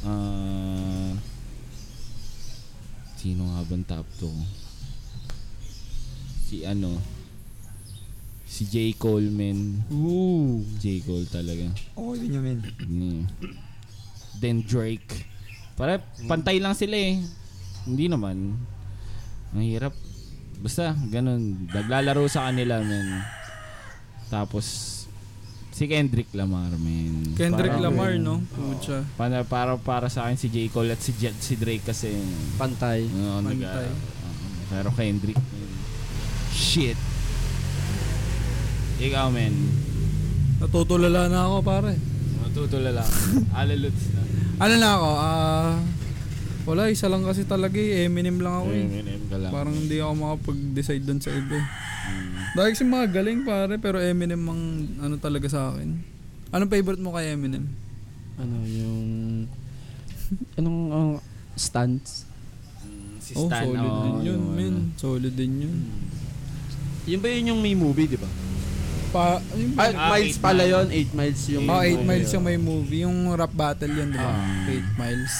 ah sino nga bang top 2? Si ano? Si J. Coleman. Ooh. J. Cole talaga.
Okay din yun men.
Ni. Then Drake. Para pantay lang sila eh. Hindi naman. Ang hirap. Basta, ganun. Naglalaro sa kanila, men. Tapos, si Kendrick Lamar, men.
Kendrick
Parang-
Lamar, no? Pucha.
Para, para, para sa akin si J. Cole at si, J- si Drake kasi.
Pantay.
Oo, nag-
Pantay.
oo, pero Kendrick, men. Shit. Ikaw, men.
Natutulala na ako, pare.
Matutulala. Alaluts na.
Ano na ako? Ah... wala, isa lang kasi talaga eh. Eminem lang ako eh.
Eminem ka lang. Mm.
Parang hindi ako makapag-decide doon sa iba. eh. Dahil kasi mga galing pare, pero Eminem ang ano talaga sa akin. Anong favorite mo kay Eminem?
Ano yung... Anong ang stance?
Si
Oh,
Stan,
solid
oo,
din yun,
yung
men.
ano.
Solid din yun.
Yun ba yun yung may movie, di ba?
Pa, yung,
Ah,
Ah,
miles
Eight
pala
Mile.
yun. 8 miles yung
oh,
Ah,
8
movie.
Miles yung may movie. Yung rap battle yun, di ba?
Ah.
8 Miles.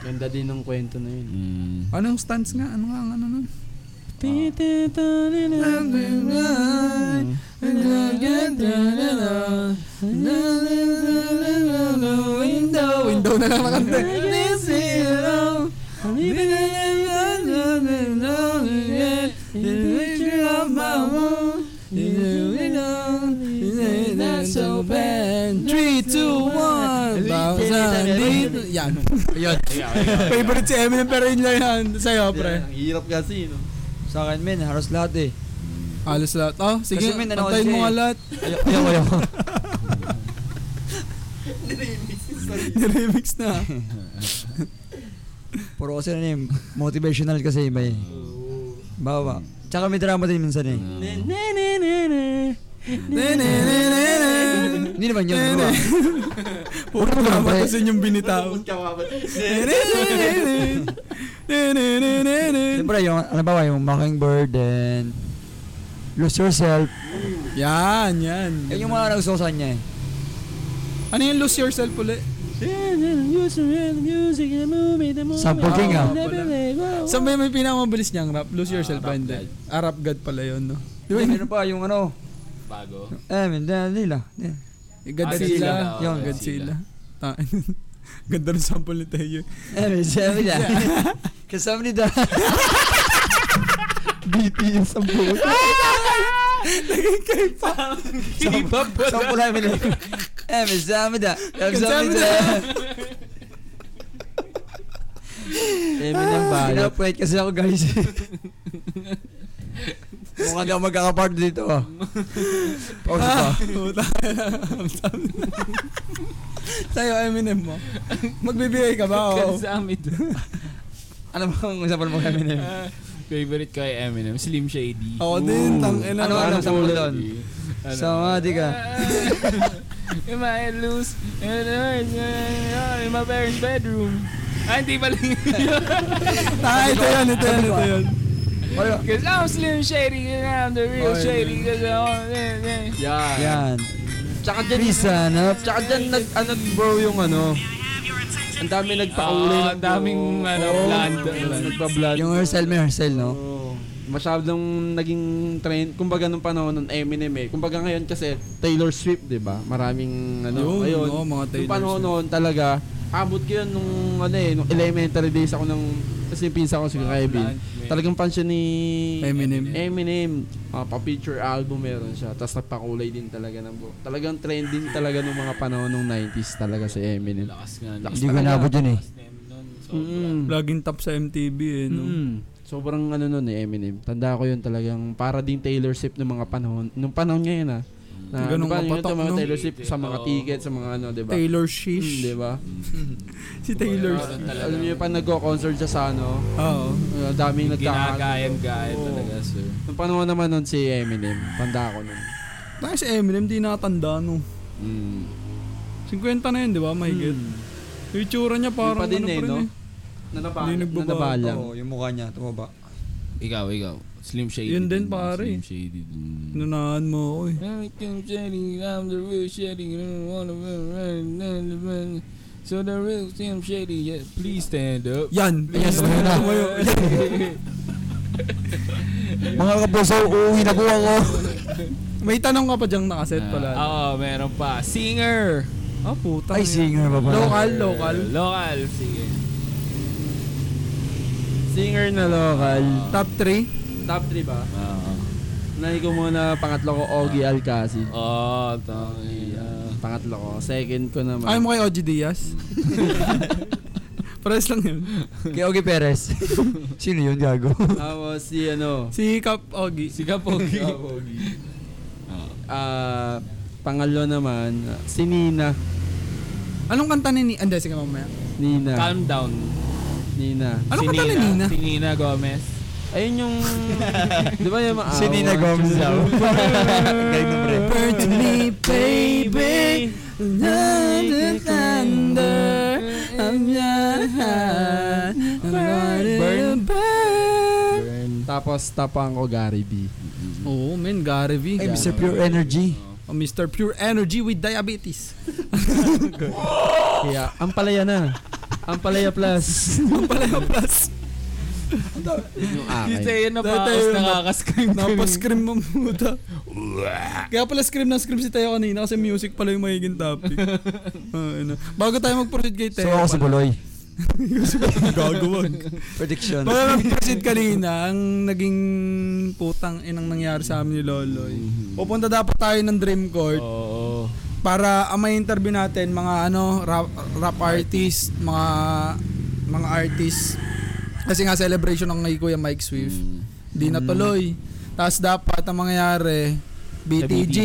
Ganda din ng kwento na yun.
Mm.
Anong stance nga? Ano nga ang ano nun? Window, window na lang ang kanta. This is Three, two, one. Thousand dito. Yan.
Ayun.
Ikaw, ikaw, ikaw.
Favorite si Eminem pero yun lang yan. Sa'yo, pre.
Ang hirap kasi, no?
Sa akin men, halos lahat eh.
Alos lahat. Oh, sige.
Kasi may nanood
Pantayin
siya
mo
eh.
nga lahat.
Ayaw, ayaw, ayaw.
Remix na.
Puro kasi ano yun, motivational kasi iba eh. Bawa. Tsaka may drama din minsan eh.
Ah. Mm,
Hindi naman yun. ano ba?
Puro
Ano ba,
drama
pre?
kasi yung binitaw.
Siyempre yung, ano ba, yung Mockingbird and Lose Yourself.
Yan, yan.
Yan yung mga nagustuhan sa niya eh.
Ano yung lose yourself ulit?
Sample King ah.
Sa may may pinakamabilis niyang rap, Lose Yourself ba hindi? Ah, Rap God pala yun, no?
Di ba meron pa yung ano?
Bago.
Eh, men, dahil nila. Yan. Ah,
Godzilla.
Godzilla.
Yung Godzilla. Tain. Ganda ng sample ni Teo.
Eh, men, sabi nila. Kasama nila. BTS ang buhay.
Naging K-pop.
Sample namin eh. Eh, Kamsamida.
Kamsahamnida.
Eme ng bayo.
Pinapwet kasi ako guys. Mukhang daw magkakapartner dito ah. Pause pa.
Puta ka na. Tayo, Eminem mo. Magbibigay ka ba?
Wow.
Oo.
oh.
Kansamid.
Ano bang usapan mo kay Eminem?
Favorite ko ay Eminem, Slim Shady.
Ako din,
Ooh.
tang ina.
Ano, ano,
Parang-
sa mga doon?
Ano?
Samadhi ka.
Am I loose? In my parents' bedroom. Ay, hindi pala yun.
Ah, ito yun, ito yun, ito yun.
Wala.
Cause I'm Slim Shady and I'm the real
Oy.
Shady. Cause I'm... Yeah.
Yan. Tsaka dyan. Reason, ha?
Tsaka dyan, nag, ano bro yung ano, ang dami Oh. nagpakulay.
Oo,
ng-
ang daming, ano,
Oo,
bland.
Nagpa-bland.
Yung Hercel, may Hercel, no?
Oh.
Oo. masyadong naging trend, kumbaga nung panahon ng Eminem eh. Kumbaga ngayon kasi Taylor Swift, 'di ba? Maraming
Yun,
ano, ayun.
oo, mga Taylor
nung panahon
Swift.
noon talaga, abot ko 'yun nung ano eh, nung elementary days ako ng kasi yung pinsan ko si Kevin. Talagang fan siya ni
Ah, Eminem.
Eminem, Ah, pa-picture album meron siya. Tapos nagpakulay din talaga ng buhok. Talagang trending talaga nung mga panahon ng 90s talaga si Eminem.
Lakas nga.
Lakas
Hindi ko naabot yun eh.
Mm.
Laging top sa MTV eh, no?
Mm. Sobrang ano nun eh, Eminem. Tanda ko yun talagang para din Taylor Swift ng mga panahon. Nung panahon ngayon ah. Na,
Mm, Ganun
diba, yun
kapatok,
yung mga
no?
Taylor Swift sa mga
Oo.
tickets, sa mga ano, diba?
Taylor
Mm,
Shish.
diba?
Si Taylor.
Meron talaga.
Alam niyo, pag nagko-concert siya sa ano,
Oo.
uh, daming nagkakakala.
Ginagayang-gayang
Oo.
talaga, sir.
Nung panahon naman nun si Eminem, tanda ko nun.
Tayo si Eminem, di nakatanda, no?
Mm.
50 na yun, di ba? Mahigit. Yung itsura niya parang ano
pa Mm. din eh, no?
Hindi
Nanabalang.
nagbabago.
Nanabalang.
Oo, yung mukha niya, tumaba.
Ikaw, ikaw. Slim Shady.
Yun din, pare.
Slim Shady din.
Inunahan mo ako eh.
I'm shedding, I'm the real shedding, I don't wanna be running, running, running. So the real Slim Shady, yeah, please stand up.
Yan!
Ayan, sumayo na.
Tumayo.
Mga kapuso, uuwi na po ako.
May tanong ka pa diyang nakaset
Ah,
pala.
Oo, meron pa. Singer!
Ah, puta. na yan.
Ay, singer pa pala.
Local, local.
Local, sige.
Singer na local.
Top 3?
Top 3 ba?
Oo.
Nani ko muna, pangatlo ko, Ogie Alcacid.
Oo, tangi. ah.
Pangatlo ko. Second ko naman.
Ayaw mo kay OG Diaz? Pares lang yun.
Kay Ogie Perez. Sino yun, gago?
Tapos si ano,
Si Kap Ogi.
Si Kapogi.
ah pangalo naman, ah, si Nina.
Anong kanta ni Nina? Hindi, sige mamaya.
Nina.
Calm down.
Nina.
Anong kanta ni Ano Nina?
Si Nina Gomez.
Ayun yung... di ba yung ah, maawa?
Ah, Si Nina Gomez daw. Galing ng rep.
Burn to me, baby. Love the thunder of your heart. I'm gonna burn.
Tapos tapang ko Gary B.
Oo, oh, men, Gary V.
Ay, Mr. Pure Energy.
Oh, Mr. Pure Energy with Diabetes.
Kaya, ang palaya na. Ang palaya plus.
Ang pala yung plus.
yung
Dito
akin.
yun na
Dito
paos
yun,
nakakascream.
Napascream mo puta. Kaya pala scream na scream si Teo kanina kasi music pala yung magiging topic. Ah, ano. Bago tayo mag-proceed kay
So
Teo.
ako si
pala.
Buloy.
Gagawag.
Prediction.
Bago mag-proceed kanina, ang naging putang inang nangyari sa amin ni Loloy. Pupunta dapat tayo ng Dream Court
Oh.
Oo.
para ang may interview natin mga ano rap, rap artist, mga mga artist. Kasi nga celebration ng kay Kuya Mike Swift. Di natuloy. Tapos dapat ang mangyayari,
Sa
BTG,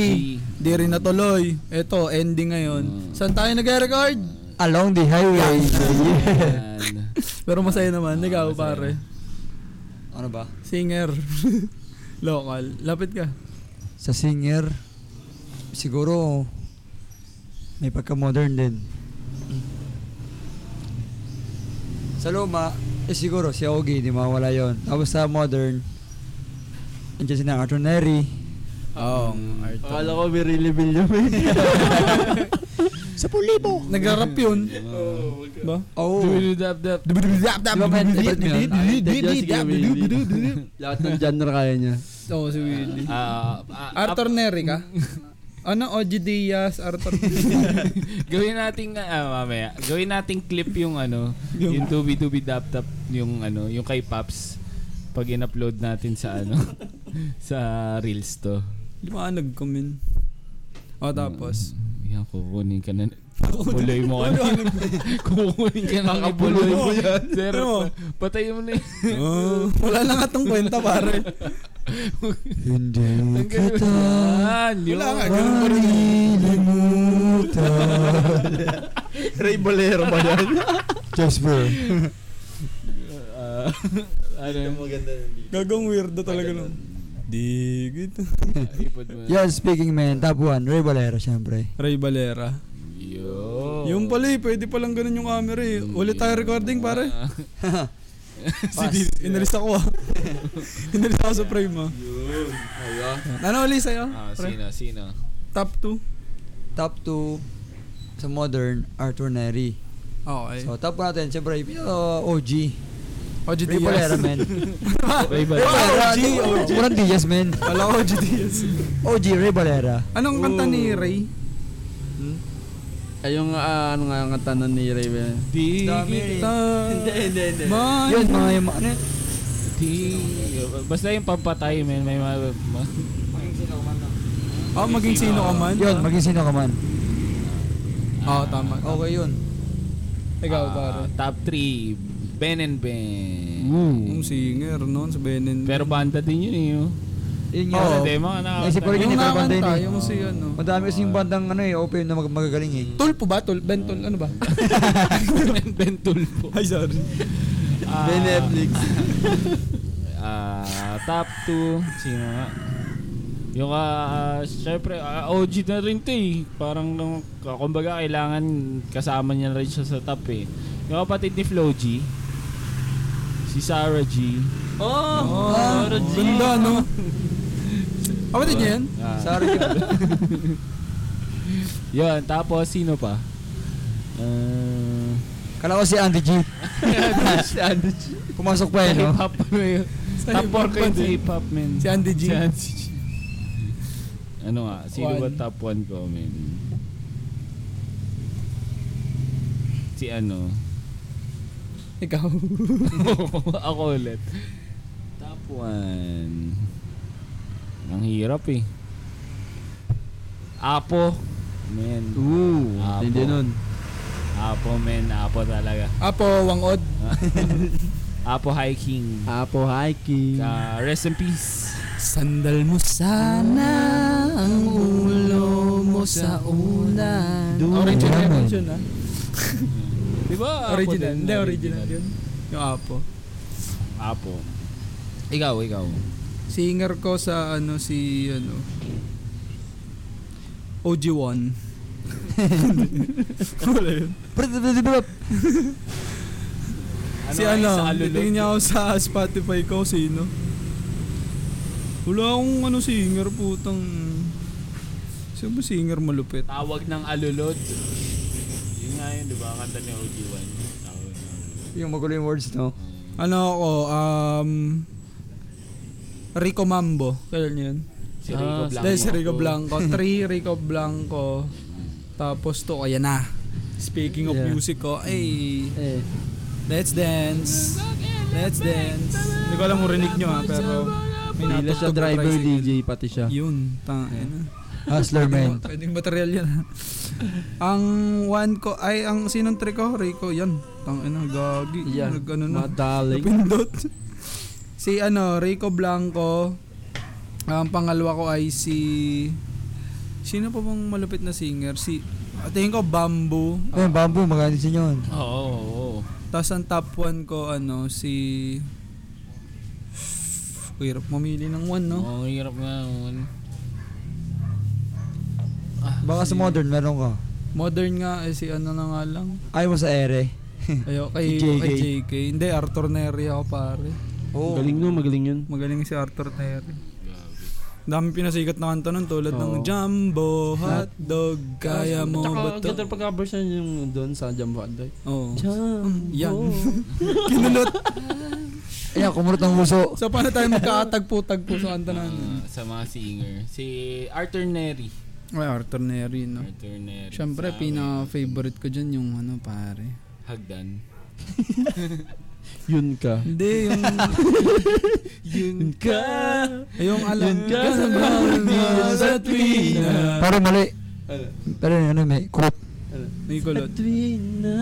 di rin natuloy. Ito, ending ngayon. Saan tayo nag-record?
Along the highway.
Yan.
Pero masaya naman, ikaw pare.
ano ba?
Singer. Local. Lapit ka.
Sa singer, siguro may pagka-modern din. Sa luma, eh siguro si Ogie, di mawala yon. Tapos sa modern, nandiyan si na Arthur Neri.
Oo.
Akala ko may eh. really bill yun.
Nagra-rap yun. Ba?
Oh,
Dududap-dap.
Diba ba yun? Diba yun?
Lahat ng genre kaya niya.
Oo, si Willie.
Ah, ah,
Arthur Neri ka? Ano? OG Diaz, Arthur
Gawin nating ah, mamaya. Gawin nating clip yung ano, yung tubi tubi dap tap yung ano, yung kay Paps pag in-upload natin sa ano sa Reels to.
Liwanag ko, min. O, tapos.
Yan, kukunin ka na. Kukuloy mo ka na. kukunin ka na. ng
Kakabuloy mo
ibon.
yan.
Sir,
Ano mo?
pa- patayin mo na yun.
Ah.
Oh, wala na nga tong kwenta, pare.
Hindi
Tanggalin mo.
kita
Yan, yun.
Wala nga, ganun pa rin.
malilimutan.
Ray Bolero ba yan?
Jasper.
Ah, ano yun?
maganda yun dito.
Gagong weirdo talaga nun. Di gito.
Ah, Ipod mo.
Yan, speaking man, top 1, Ray Valero, syempre.
Ray Valera.
Yo.
Yung pala eh, pwede palang ganun yung camera eh. Ulit tayo recording, pare.
Ah,
Si Didi, inalis ako ah. inalis ako sa frame ah.
Yun. Ayo.
Ano ulit sa'yo?
Ah,
pre?
sino, sino?
Top 2?
Top 2, sa modern, Arthur Neri.
Okay.
So, top natin, syempre, yung pinaka- OG.
OG
Ray Valero, man.
Ah!
Ray
Ray Valera,
OG, OG.
Walang Diaz, man.
Wala ko OG Diaz.
OG, Ray Valera.
Anong kanta ni Ray?
Ay, yung ah, ano nga yung katanan ni Ray Bolero.
Di
Kita.
Hindi, hindi, hindi.
Man.
Yun, mga yung ano,
Di. Basta yung pampatay, man. May mga... ma-
Oh, maging sino ka man.
yun, maging sino ka man.
Oo, tama.
Okay yun.
Ikaw,
Ah,
pare.
Top 3. Ben and Ben.
Mm.
Hmm.
Yung singer noon sa Benin.
Pero banda din yun eh. oh.
Yun nga.
Sa
Oo.
tema, nakakanta.
Naisip ko rin
yung
yun, pero banda
nakakanta,
yun eh.
yung si ano.
Madami kasi yung bandang ano eh, open na mag- magagaling eh.
Tulpo ba? Tul ben Tul, ano ba?
Ben- ben Tulfo.
Ay, sorry.
Ah,
Ben Netflix.
ah, top 2. Sino nga? Yung, ah, ah, syempre, ah, OG na rin to eh. Parang, nung- ah, kumbaga, kailangan kasama niya rin siya sa top eh. Yung kapatid ni Flo G. Si Sarah G.
Oh,
Ah,
ganda, no? Kapatid niya yan?
Ah,
Sorry.
yun, tapos sino pa? Ah,
Kala ko si Andy G.
si Andy G.
Pumasok pa eh, no?
Hip-hop ano yun.
Sa
Top
hip-hop
4 ko
ba
yun sa
din?
hip-hop, man.
Si Andy G.
Si Andy G. Ano nga, sino ba
One.
top 1 ko, man? Si ano?
Ikaw.
Ako ulit. Top 1. Ang hirap eh. Apo. Man.
Ooh,
Apo.
hindi nun.
Apo, man. Apo talaga.
Apo, Wangod.
Apo hiking.
Ah.
Apo hiking.
Ah, rest in peace.
Sandal mo sana ang ulo mo sa ulan.
Dulo.
Original
Yan,
yun
eh.
yun, ah.
Di ba? Apo
Original.
din?
Hindi, original yun. Yung Apo.
Apo. Ikaw, ikaw.
Singer ko sa ano si ano OG1. Wala yun. si
nga
ano,
yung sa alulod?
titingin niya ako sa Spotify ko, sino? Wala akong ano singer, putang... Sino ba singer malupit?
Tawag ng alulod. Yun nga yun, di ba? Kanta ni OG1. Tawag ng alulod.
Yung magulo yung words, no?
Ano ako, um... Rico Mambo. Kailan niya yun?
Si Rico
Ah,
Blanco.
dahil si Rico Blanco. Three Rico Blanco. Tapos to, ayan na. Speaking of
Yeah.
music ko, ay...
Eh.
Let's dance. Let's dance. Hindi ko alam kung rinig nyo ha, pero... may
Hindi
natugtog
siya
na
driver,
tricycle.
DJ, pati siya.
Yun, tanga. na.
Hustler, man.
Pwedeng material yan. ang one ko, ay, ang sinong trick ko? Rico, yan. Tang ina, gagi.
Yan.
Nag, ano na.
Madaling.
Napindot. si ano, Rico Blanco. Ang pangalawa ko ay si... Sino pa bang malupit na singer? Si... ah, Tingin ko Bamboo.
Ayun, bamboo, maganda siya yun.
Oo, oo, oo.
Tapos ang top 1 ko ano, si... Hirap mamili ng one, no?
Oo,
Oh.
hirap nga yun.
Baka sa modern, meron ka.
Modern nga, eh, si ano na nga lang.
Ayaw mo sa ere.
Ayo kay,
Si JK.
kay JK. Hindi, Arthur Neri ako pare.
Oo.
Galing no, magaling yun.
Magaling si Arthur Neri. Dami pinasikat na kanta nun tulad ng
Oo.
Jumbo, Hotdog, Kaya mo ba to?
Tsaka ganda pag-cover siya yung doon sa Jumbo Hotdog.
Oo.
Jumbo.
Yan. Kinulot.
Ayan, kumulot ng uso.
So paano tayo magkakatagpo-tagpo sa kanta na yun?
Ah, sa mga singer. Si Arthur Neri.
Ay, Arthur Neri, no?
Arthur Neri.
Siyempre,
Sa
pinaka-favorite ko dyan yung ano, pare.
Hagdan.
Yun ka.
Hindi, yung...
Yun ka!
yung alam
ka sa bawat
sa
tuwing-
tuwing-
Parang mali.
Ano?
Pero yun, ano may quote.
Ano?
Nicolot.
na.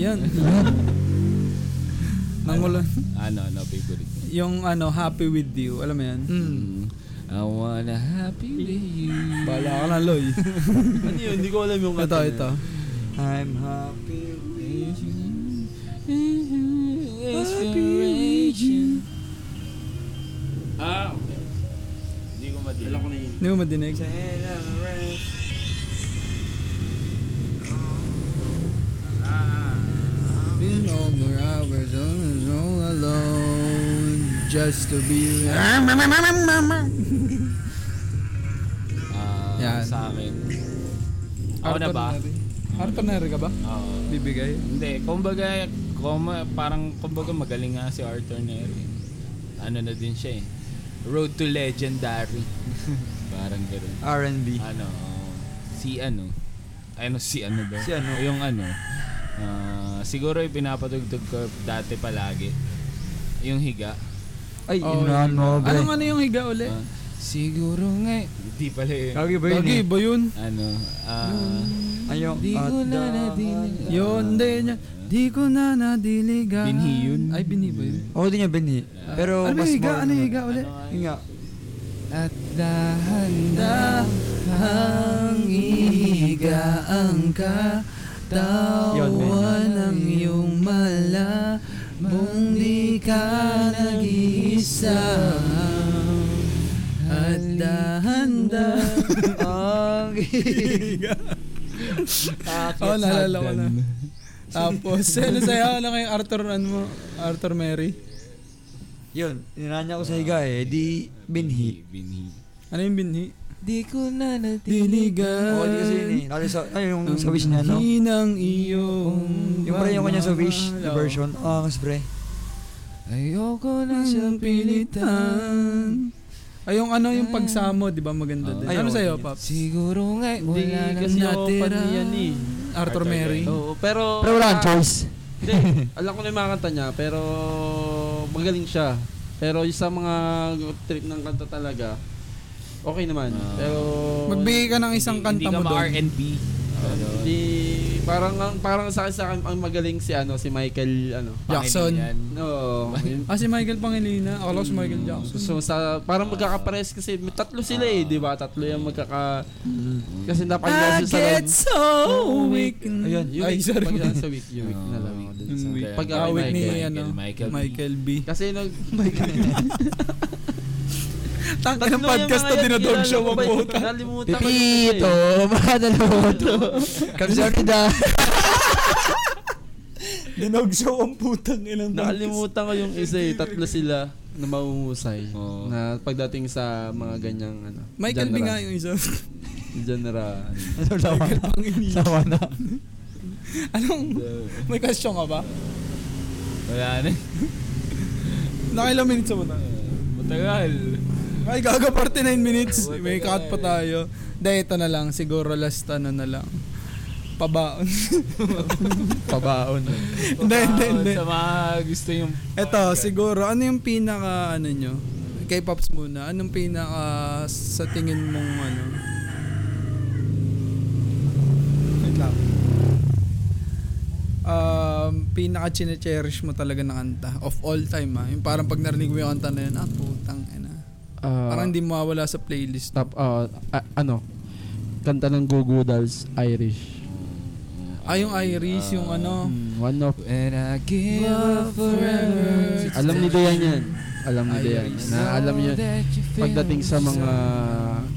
Yan. Nang wala.
Ano, ano, favorite mo?
Yung ano, happy with you. Alam mo yan?
Mm. I wanna happy with you.
Bala ka na, Loy.
ano yun? Hindi ko alam yung
ito, ito.
I'm happy.
Inspiration. Ah, okay. Hindi ko madilim.
Alam ko na yun.
Hindi mo madinig? Ah. Been over hours all all alone just to be
Ah,
Yan.
sa akin.
Ano
Ako na ba?
Artonary ka ba?
Oo.
Bibigay.
Hindi, kumbaga, kuma, parang kumbaga magaling nga si Arthur Neri. Ano na din siya eh. Road to Legendary. parang gano'n.
R&B.
Ano, oh, si ano. Ano, si ano ba?
Si ano?
Yung ano. ah, siguro yung pinapatugtog ko dati palagi. Yung higa.
Ay,
Oh,
inunahan mo, bre.
Anong ano yung higa uli?
Ah, siguro nga eh. Hindi pala eh.
Kagi ba yun
Lagi,
eh?
ba yun? eh?
Ano, ah...
Hmm,
Ayong
Di ko na nadinig.
Yun, hindi niya. Di ko na nadiligan.
Binhi yun.
Ay, binhi ba yun?
Ako din yung binhi. Pero
ano
mas
yung higa?
more-
Ano yung higa uli?
Yun nga.
At dahan-dahan
Ang higa ang katawan ng iyong mala Mung di ka nag-iisa At dahan-dahan
Ang higa.
Oo, oh, naalala ko na. Tapos, ano sa'yo? Ano kayong Arthur, ano mo? Arthur Mary?
Yun, inunahan niya ako sa higa eh. Di binhi.
Binhi.
Ano yung binhi?
Di ko na
Diligan
Oo, di kasi yun eh. Lalo sa, ay, yung sa wish niya, no?
Binhi ng iyong
Yung pala yung kanya sa wish, na
pamalaw.
version. Ah, Ang spray.
Ayoko na
Nasa
siyang pilitan.
pilitan. Ay, yung ano, yung pagsamo, di ba? Maganda
Oo.
din.
Ay,
ano
oo,
sa'yo,
yun.
Pops?
Siguro nga, wala
Di
nang
kasi ako
natira.
fan yan eh. Arthur
Arthur
Mary.
Mary.
Oo, pero... ah,
Pero wala kang choice.
Hindi, alam ko na yung mga kanta niya, pero magaling siya. Pero yung sa mga trip ng kanta talaga, okay naman.
Ah.
pero...
Magbigay ka ng isang kanta mo
Hindi ka
doon.
ma-R&B. Ganon.
Hindi, parang, ang- parang sa akin, sa akin, ang magaling si, ano, si Michael, ano.
Jackson.
Panginoon yan.
No, yun.
Ah, si Michael Pangilina. Akala ko si Michael Jackson.
So sa parang magkakapares kasi may tatlo sila eh, 'di ba? Tatlo yung magkaka kasi
I
napagdasa sa
get
loob.
so weak.
Ayun, yung
Ay,
week,
sorry.
pag ah, sa week, yung week na lang. ako dun
Yung
sa-
week.
Pag
Ah, week ni,
Michael.
ano,
Michael B.
Michael B.
Kasi nung
Tangka ng podcast na dinodog show ang puta.
Nalimutan ko yung isa eh.
Pipito, madaloto. Kamsahamnida.
Dinog show ang putang ilang
Nakalimutan ko yung isa eh. Tatlo sila na mauhusay.
Oo.
Na pagdating sa mga ganyang ano.
Oh. Michael B
genre.
nga yung isa.
Genre. ano.
Sama na. Sama na.
Anong, may question ka ba?
Wala na.
Nakailang minutes mo na?
Matagal.
Ay, gaga 49 minutes. May cut pa tayo. Dahil ito na lang. Siguro last ano na lang. Pabaon.
Pabaon.
Hindi, hindi, hindi.
Sa mga gusto yung...
Ito, siguro. Ano yung pinaka ano nyo? Kay Pops muna. Anong pinaka sa tingin mong ano? Wait lang. Um, pinaka chine-cherish mo talaga na kanta of all time ah. Yung parang pag narinig mo yung kanta na yun, ah putang ina.
Ah,
Parang hindi mawala sa playlist.
Stop. ah, ah, ano? Kanta ng Goo Goo Dolls, Irish.
Ah, yung Iris, yung ano.
Mm, one of...
And I give
up forever.
Alam ni Dayan yan. Alam ni Dayan.
Irish.
Na alam niya. Pagdating sa mga...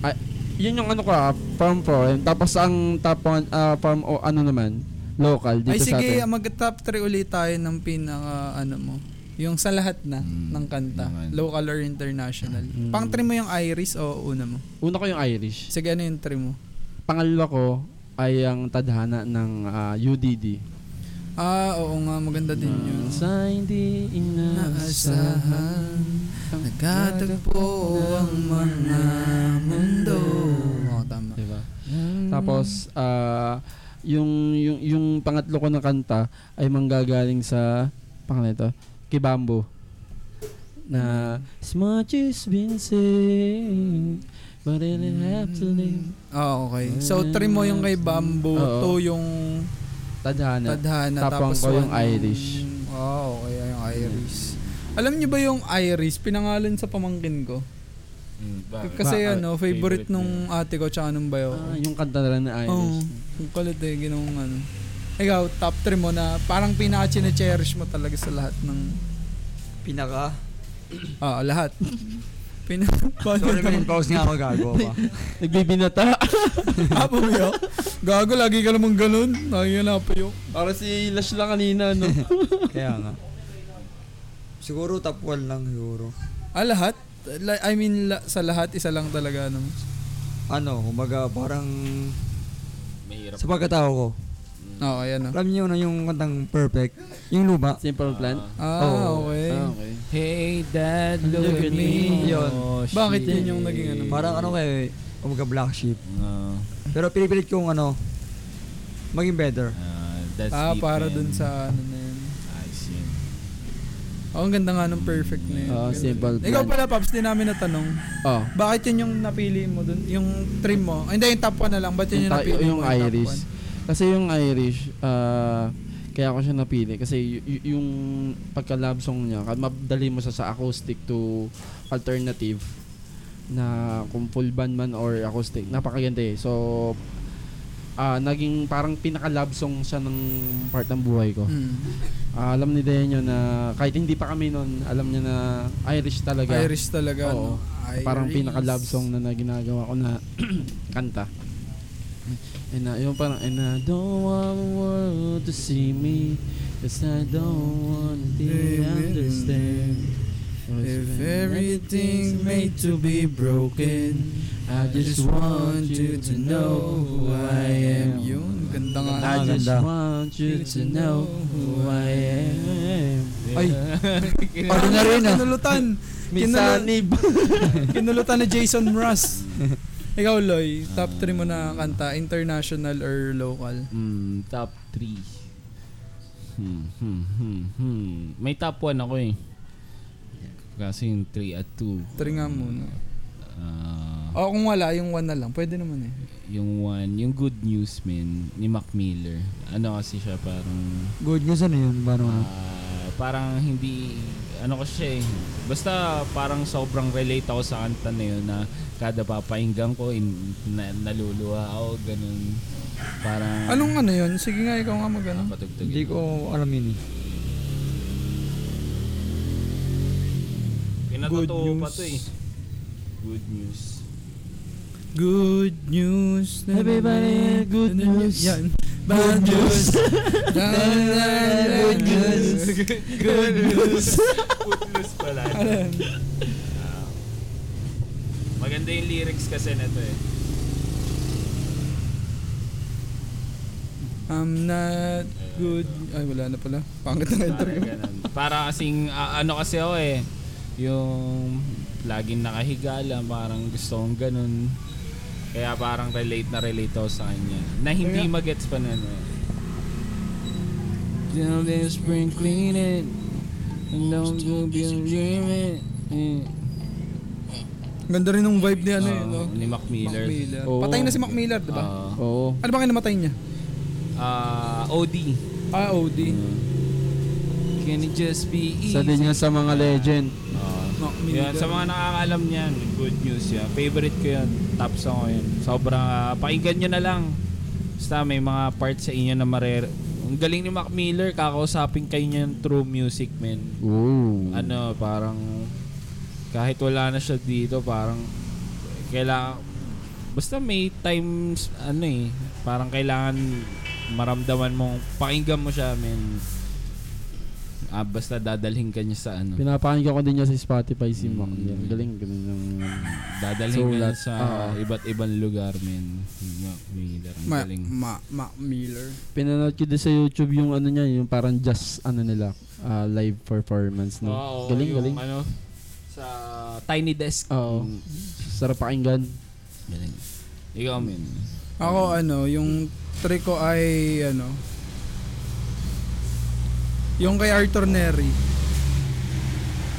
ah, yun yung ano ko ah, farm foreign. Tapos ang top one, ah, farm o ano naman, local dito
Ay
sa
sige, um,
atin.
mag-top 3 ulit tayo ng pinaka ano mo. Yung sa lahat na
Mm,
Hmm,
ng kanta,
naman.
ano.
local or international.
Mm.
Pang trim mo yung Iris o una mo?
Una ko yung Irish.
Sige, ano yung trim mo?
pangalawa ko ay ang tadhana ng ah, UDD.
Ah, oo nga, maganda din yun.
Sa hindi inaasahan
Naasahan, nagkatagpo ang mga mundo. Oo, tama.
Diba? Tapos, ah, yung, yung, yung pangatlo ko na kanta ay manggagaling sa, pangalan ito, Kibambo. Na, as much as been saying, But I didn't have to leave.
Ah, okay. So, trim mo yung kay Bamboo,
Oo.
two yung
Tadhana.
tadhana,
Tapang
tapos
ko yung
one
Irish.
Oo, okay, yung Irish. Alam niyo ba yung Irish, pinangalan sa pamangkin ko?
Mm, bakit?
Kasi
Bakit?
ano, favorite,
Favorite
nung ate ko tsaka nung bayo ko.
Ah, yung kanta na lang na
Oo,
Irish.
ang kulit eh, ginawang ano. Ikaw, top 3 mo na parang pinaka-chine-cherish mo talaga sa lahat ng...
Pinaka.
Ah, lahat. Pina...
Sorry, man, pause nga ako gago pa.
Nagbibinata.
Apo yo. Ah, Gago, lagi ka namang ganun. Nakikita na pa yo.
Para si Lash lang kanina, no?
Kaya nga. Siguro top 1 lang siguro.
Ah, lahat? La- I mean, la- sa lahat, isa lang talaga. Ano.
Ano, kumbaga parang
Mahirap.
sa pagkatao ko.
Oo, ayan oh. o.
Alam niyo na yung kantang perfect. Yung luma.
Simple plan.
Ah, okay.
Ah, okay.
Hey dad, look,
Look
at
at
me.
me. Yun.
Oh,
Bakit
shit.
yun yung naging ano?
Parang ano kay kumbaga black sheep.
Ah,
Pero pinipilit kong ano maging better.
ah, that's
Ah,
deep,
para
man.
dun sa ano na yun.
Ayos yun.
Oh, ang ganda nga nung perfect na yun.
Oo,
Ganda.
Ah, simple plan.
Ikaw pala, Paps, di namin natanong.
Oh.
Bakit yun yung napili mo dun? Yung trim mo? Ay, Hindi, yung top 1 na lang. Ba't yun yung
ta-
napili mo?
yung
top
Irish.
one?
Kasi yung Irish, ah, kaya ko siya napili. Kasi y- y- yung pagka-love song niya, kad- madali mo siya sa acoustic to alternative na kung full band man or acoustic. Napakaganda eh. So, ah, naging parang pinaka-love song siya ng part ng buhay ko.
Hmm.
Ah, alam ni Denyo na kahit hindi pa kami noon, alam niya na Irish talaga.
Irish talaga, no?
Oo.
Irish.
Parang pinaka-love song na, na ginagawa ko na kanta. And uh, yung parang, and I don't want the world to see me Cause I don't want to understand
If everything's made to be broken, I just want you to know who I am. Yun, ganda nga.
I just
Ganda.
want you to know who I am
Ay.
Ordinary
Ordinary
na.
na.
Kinulutan. Kinulu- Kinulutan ni Jason Mraz. Ikaw, Loy, top 3 mo na kanta, international or local?
Mm, top 3. Hmm, hmm, hmm, hmm. May top 1 ako eh. Kasi yung 3 at 2.
3 nga muna.
Ah,
O kung wala, yung 1 na lang. Pwede naman eh.
yung one, yung good news man ni Mac Miller. Ano kasi siya parang
Good news ano yun? Paano ano?
Ah, parang hindi ano ko siya eh. Basta parang sobrang relate ako sa kanta na yun na kada papahinggan ko in, na, naluluha ako ganun. Parang
Anong ano yun? Sige nga, ikaw nga mag ano.
Nakapatugtog
Hindi
yun.
ko alam yun eh.
Good
Pinatotoo pa
news.
to eh. Good news.
Good news.
Everybody, good news.
Yan. Bad news.
Good news.
Good news. Ano?
good news pala. Ah. maganda yung lyrics kasi nito eh.
I'm not good. Ay, wala na pala. Pangit ang
Parang
intro ko.
ganun. Para kasing ah, ano kasi ako eh. Yung laging nakahiga lang, parang gusto kong ganun. Kaya parang relate na relate ako sa kanya. Na hindi
Kaya-
magets pa na ano. Down there spring clean it. And don't go be a dreaming. Eh.
Ganda rin ng vibe ni ano yun,
Oo,
no?
Ah, Ni Mac Miller.
Mac Miller. Oh.
Oo.
Patay na si Mac Miller, di ba?
Oo.
Oo.
ano bang kinamatay niya?
Ah, OD.
Ah, OD.
Can it just be easy?
Sa din yun sa mga legend.
Mac
Yan,
Miller.
sa mga nakakaalam niyan, good news yan. Favorite ko yan. Top song ko yan. Sobrang, ah, pakinggan nyo na lang. Basta may mga parts sa inyo na marere. Ang galing ni Mac Miller, kakausapin kayo niyan through music, man.
Mm.
Oo.
Ano, parang, kahit wala na siya dito, parang, kailangan, basta may times, ano eh, parang kailangan maramdaman mong, pakinggan mo siya, man. Ah, basta dadalhin ka niya sa ano.
Pinapakinggan ko din niya sa Spotify si Mac.
Mm.
Yan, Galing, galing ng...
Dadalhin
So,
ka na
that-
sa
oo.
iba't ibang lugar, men. Mac Miller, ang
Ma-
galing.
Ma- Mac Miller.
Pinanood ko din sa YouTube yung ano niya, yung parang just ano nila, ah, live performance. No?
Oo,
galing,
yung
galing.
Ano, sa Tiny Desk.
Oo.
Mm,
Sarap pakinggan.
Galing. Ikaw, men.
Ako ano, yung trick ko ay ano yung kay Arthur Neri.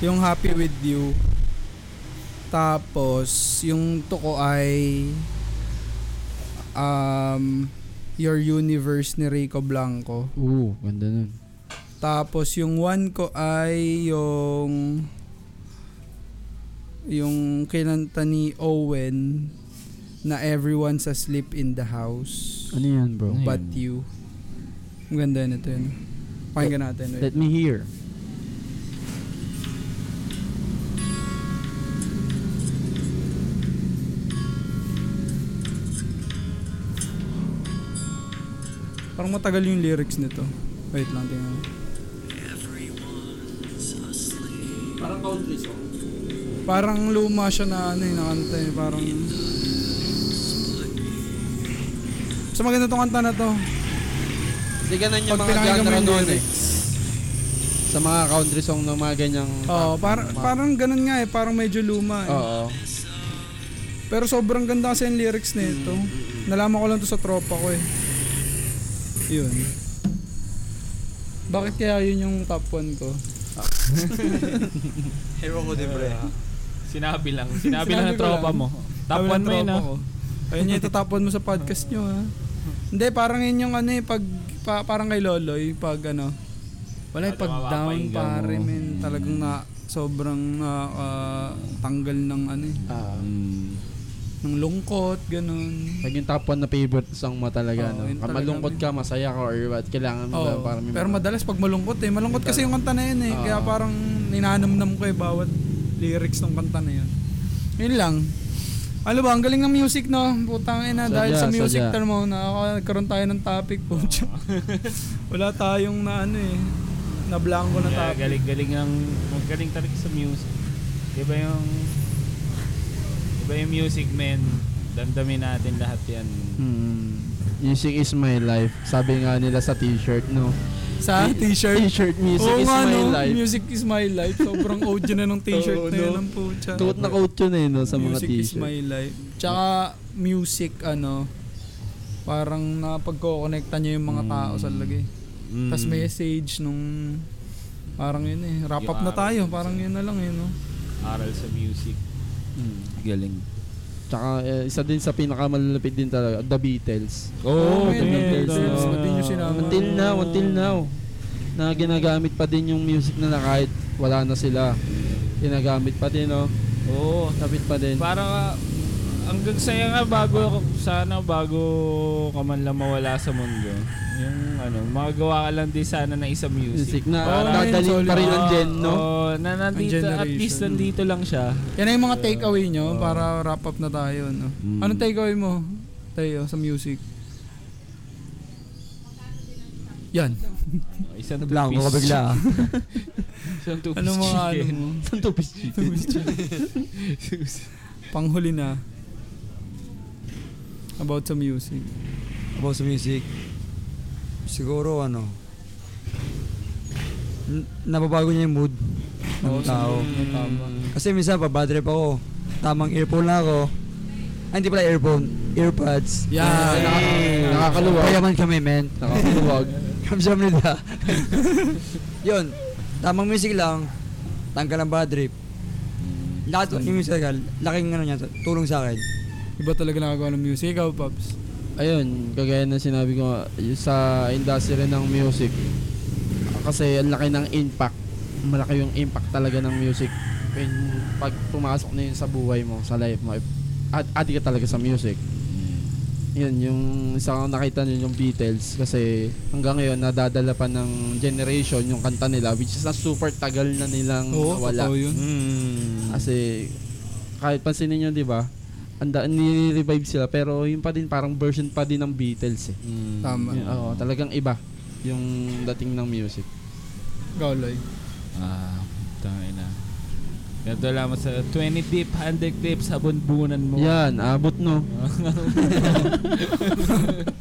Yung Happy With You. Tapos, yung tuko ay um, Your Universe ni Rico Blanco.
Oo, ganda nun.
Tapos yung one ko ay yung yung kinanta ni Owen na Everyone's Asleep in the House
Ano yan, bro?
Ano yun?
but you. Ang ganda nito yun. Pakinggan natin.
Let me hear.
Parang matagal yung lyrics nito. Wait lang, tingnan. ko.
Parang country song.
Parang luma siya na ano yung nakanta eh. Parang... So maganda tong kanta na to.
Hindi ganun yung
Pag
mga
pinakinggan mo
genre
yung
nun eh.
lyrics.
Sa mga country song ng mga ganyang...
Oo, parang, parang ganun nga eh. Parang medyo luma eh.
Oo.
Pero sobrang ganda kasi yung lyrics nito.
Mm-hmm.
Nalaman ko lang to sa tropa ko eh. Yun. Bakit kaya yun yung top 1 ko?
Ewan ko din, pre.
Sinabi lang. Sinabi lang
Sinabi ko
ng tropa
lang.
mo. Top
Sabi ng
1 mo yun
tropa
ah.
ko, Ayun yung tatapon mo sa podcast nyo ha. Hindi, parang yun yung ano eh, pag, pa- parang kay Loloy, pag ano. Wala eh,
Kada
pag down
mapapakinggan
pare
mo.
men, talagang na, sobrang na, ah, tanggal ng ano eh,
Ah,
Mm.
ng lungkot, ganun.
pag yung top 1 na favorite song mo talaga,
Oo,
no?
yun
Kung
talaga,
malungkot
man.
ka, masaya ka, or what, kailangan mo Ano ba?
Oo,
Parang may
pero
mga-
madalas pag malungkot eh, malungkot kasi yung kanta na yun eh,
Oo.
kaya parang ninanamnam ko eh bawat lyrics ng kanta na yun. Yun lang. Ano ba, ang galing ng music no? Putang ina, dahil
Sadya,
sa music
sadya.
termo, nagkaroon tayo ng topic po. Wala tayong na ano eh, na blanco na
Kaya
topic.
galing-galing ang magaling talaga sa music. Iba yung iba yung music man. Damdamin natin lahat yan.
Mm. Music is my life. Sabi nga nila sa t-shirt, no?
Sa t-shirt.
T-shirt, music
Oo
is
nga,
my
no?
life.
Music is my life. Sobrang OG na ng t-shirt
Oo,
na yun
no?
ang putya.
Tuot na coat yun eh, no? Sa mga
music is
t-shirt.
my life. Tsaka music ano parang napagko-connecta niya yung mga tao sa lagi.
Mm.
Tapos message nung parang yun eh. Wrap
Yung
up na
araw
tayo.
yun,
Parang yun na lang eh. No?
Aral sa music.
Mm.
Galing.
Tsaka eh, isa din sa pinakamalapit din talaga, The Beatles.
Oh,
Oh,
man,
The Beatles.
Beatles.
oh.
Ba't di nyo sinama?
Until now, until now, na ginagamit pa din yung music na kahit wala na sila. Ginagamit pa din, no?
Oo.
Kapit pa din.
Para ka- hanggang saya nga bago sana bago ka man lang mawala sa mundo. Yung ano, magawa ka lang din sana ng isang music.
Music na
Para-
Oo, yun,
dadalhin pa rin ang
Oo,
gen, no?
oo, na nandito,
Ang
at least
generation.
nandito lang siya.
Yan na yung mga takeaway nyo para wrap up na tayo. No?
Mm.
Anong takeaway mo? Tayo sa music. Yan.
Isang
Nablanko ka
two-piece
bigla. ah.
Isang two-piece
Ano mga ano
chicken.
mo?
Saan to piece chicken?
Panghuli na. About sa music.
About sa music, siguro ano, n- nababago niya yung mood ng tao.
Tama.
Kasi minsan pa bad trip ako. Tamang earphone lang ako. Ay, hindi pala earphone. Earpods.
Yan.
Nakakaluwag.
Kayaman kami, men.
Nakakaluwag.
Kamsam nila. Yun. Tamang music lang. Tanggal ang bad trip. Lahat yung music talaga, laking ano niya, tulong sa akin.
Iba talaga nakagawa ng music. Ikaw, Pops.
Ayun, kagaya ng sinabi ko nga, yung sa industry ng music, kasi ang laki ng impact. Malaki yung impact talaga ng music. When, pag pumasok na yun sa buhay mo, sa life mo, at adi ka talaga sa music.
Mm.
Yun, yung isa kong nakita nun yung Beatles kasi hanggang ngayon nadadala pa ng generation yung kanta nila which is na super tagal na nilang
Oo,
wala.
totoo yun.
Kasi kahit pansinin nyo, di ba? Anda, ni-revive sila pero yun pa din parang version pa din ng Beatles eh.
Tama.
Yun, oo, talagang iba yung dating ng music.
Ikaw, Loy.
Ah, tangin na. Ganito lang sa 20 deep, 100 clips, habon bunan mo.
Yan, abot no.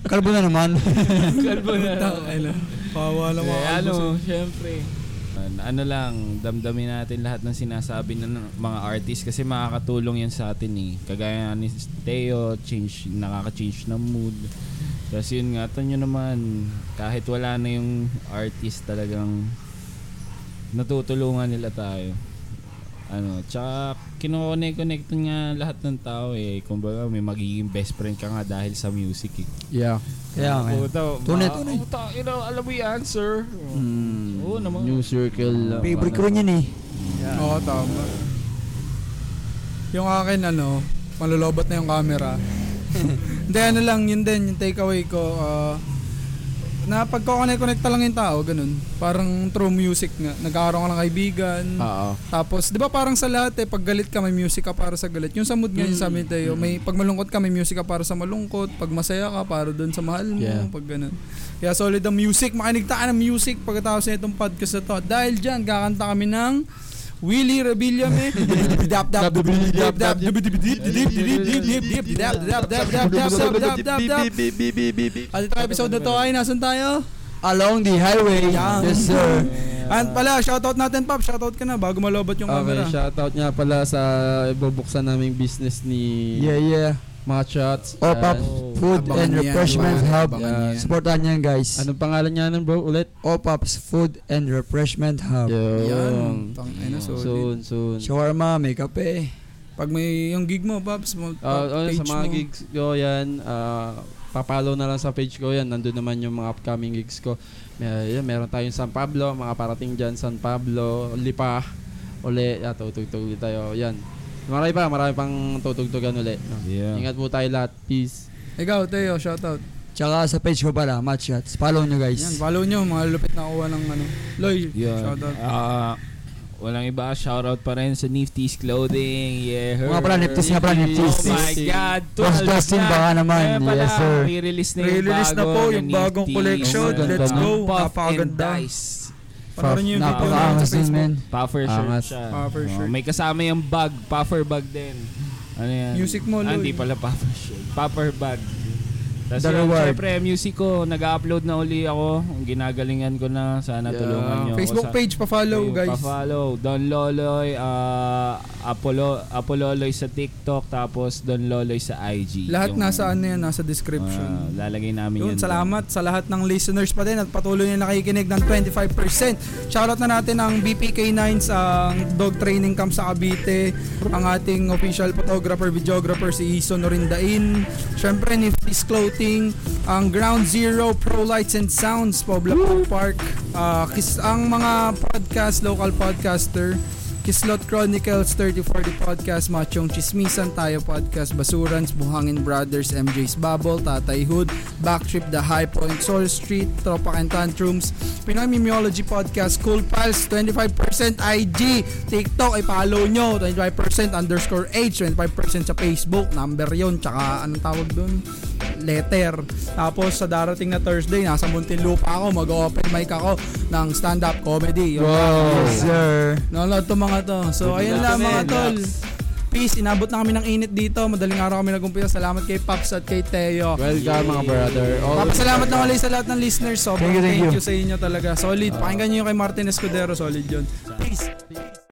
Kalbo na naman.
Kalbo
Tang,
na.
ina. Kawawa lang mga
Eh,
kalbo
ano,
sa'yo.
syempre. An- Ano lang, damdamin natin lahat ng sinasabi ng mga artist kasi makakatulong yan sa atin eh. Kagaya nga ni Teo, change, nakaka-change ng mood. Tapos yun nga, tanyo naman, kahit wala na yung artist talagang natutulungan nila tayo. Ano, tsaka kinoconnect-connect nga lahat ng tao eh. Kumbaga may magiging best friend ka nga dahil sa music eh.
Yeah.
Kaya nga.
Oh,
Puta,
Tunay,
ma-
tunay. Hmm.
Puta, you know, alam mo yung answer.
Mm,
Oo naman.
New circle. uh,
Favorite ko rin yun eh.
Oo, tama. Yung akin, ano, malulobot na yung camera. Hindi, ano lang, yun din, yung takeaway ko, ah, na pagkoconnect-connect lang yung tao, ganun. Parang through music nga. Nagkakaroon ka ng kaibigan.
Ah,
Oo.
Tapos, di ba parang sa lahat eh, pag galit ka, may music ka para sa galit. Yung sa mood nga yung sabi ni Teo, may, pag malungkot ka, may music ka para sa malungkot. Pag masaya ka, para doon sa mahal mo.
Yeah.
Pag ganun. Kaya solid ang music. Makinig tayo ng music pagkatapos na itong podcast na to. At Dahil dyan, kakanta kami ng Willie Rebillame. Dap dap dap dap dap dap At itong episode na to ay nasan tayo?
Along the highway.
Yeah.
Yes, sir.
At pala, shoutout natin Pop, shoutout ka na bago malobot yung ano
Okay,
camera.
shoutout nga pala sa ibubuksan naming business ni
Yeah, yeah.
mga shots.
Oh, Pop.
Oh.
Food
Abangan
and
yan,
Refreshment
abangan,
Hub.
abangan
Yeah.
yan.
Supportan niyan, guys.
Anong Ano pangalan niya nun bro? Ulit?
Opap's Food and Refreshment Hub.
Yan.
Yung.
Tang ina, solid.
Soon, soon.
Shawarma, eh. may kape.
Pag may yung gig mo, Pops, mo,
Ah, oh,
page
sa mga
mo.
gigs ko yan, ah, papalo na lang sa page ko yan. Nandun naman yung mga upcoming gigs ko. May, yan, meron tayong San Pablo, mga parating dyan, San Pablo, Lipa, uli, ah, tutugtog ulit tayo. Yan. Marami pa, marami pang tutugtugan uli. Ah,
Yeah.
Ingat po tayo lahat. Peace.
Ikaw, Teo, shoutout.
Tsaka sa page ko pala, Match Shots. Follow nyo,
Yan,
guys.
follow nyo, mga lupit na kuha ng ano. Loy,
Yun.
shoutout.
Ah, walang iba, shoutout pa rin sa Nifty's Clothing. Yeah.
Mga pala, Nifty's nga pala, Nifty's.
Oh my God.
Boss
12
Justin,
na.
baka naman.
Kaya pala,
Yes, sir.
Re-release na yung
Re-release na
bago
po
ng
yung bagong
Nifty's.
collection.
Ang
Let's
ganda
go.
Puff and
Napakaganda.
Dice.
Panorin nyo yung video namin
Napakaangas
sa
din,
Facebook.
man.
Puffer
Angas.
shirt siya.
Puffer
Ah, Oh,
shirt.
May kasama yung bag. Puffer bag din. Ano yan?
Music mo,
Ah,
Loy.
Hindi pala puffer shirt. Puffer bag. Tapos
The
yun,
reward.
syempre, music ko. Nag-upload na uli ako. Ang Ginagalingan ko na. Sana
Yeah.
tulungan nyo. ako
Facebook
sa-
page, pa-follow,
Oh,
Ayun,
guys.
Pa-follow. Don Loloy, ah, Apollo, Apololoy sa TikTok, tapos Don Loloy sa IG.
Lahat
Yung-
nasa ano yan, nasa
Ah,
description.
lalagay namin
Yun,
yun.
salamat sa lahat ng listeners pa din at patuloy na nakikinig ng 25%. Shoutout na natin ang BPK9 sa dog training camp sa Cavite, ang ating official photographer, videographer si Iso Norindain, syempre Nifty's Clothing, ang Ground Zero Pro Lights and Sounds, Poblacan Park, ah, kis- ang mga podcast, local podcaster, Kislot Chronicles 3040 Podcast, Machong Chismisan Tayo Podcast, Basurans, Buhangin Brothers, MJ's Bubble, Tatay Hood, Backtrip The High Point, Soul Street, Tropa and Tantrums, Pinoy Mimiology Podcast, Cool Pals, 25% IG, TikTok, i-follow nyo, 25% underscore H, 25% sa Facebook, number yon tsaka anong tawag dun? letter. Tapos sa darating na Thursday, nasa Muntinlupa ako, mag-open mic ako ng stand-up comedy. Yun lang.
Yes, sir.
Nanonood to mga to. So, ayun lang mga tol. Peace. Inabot na kami ng init dito. Madaling araw kami nagumpisa. Salamat kay Pops at kay Teo.
Welcome mga brother. All
Papasalamat na ulit sa lahat ng listeners. Sobrang
Thank you,
thank
thank
you, sa inyo talaga. Solid. Pakinggan nyo yung kay Martin Escudero. Solid yun. Peace.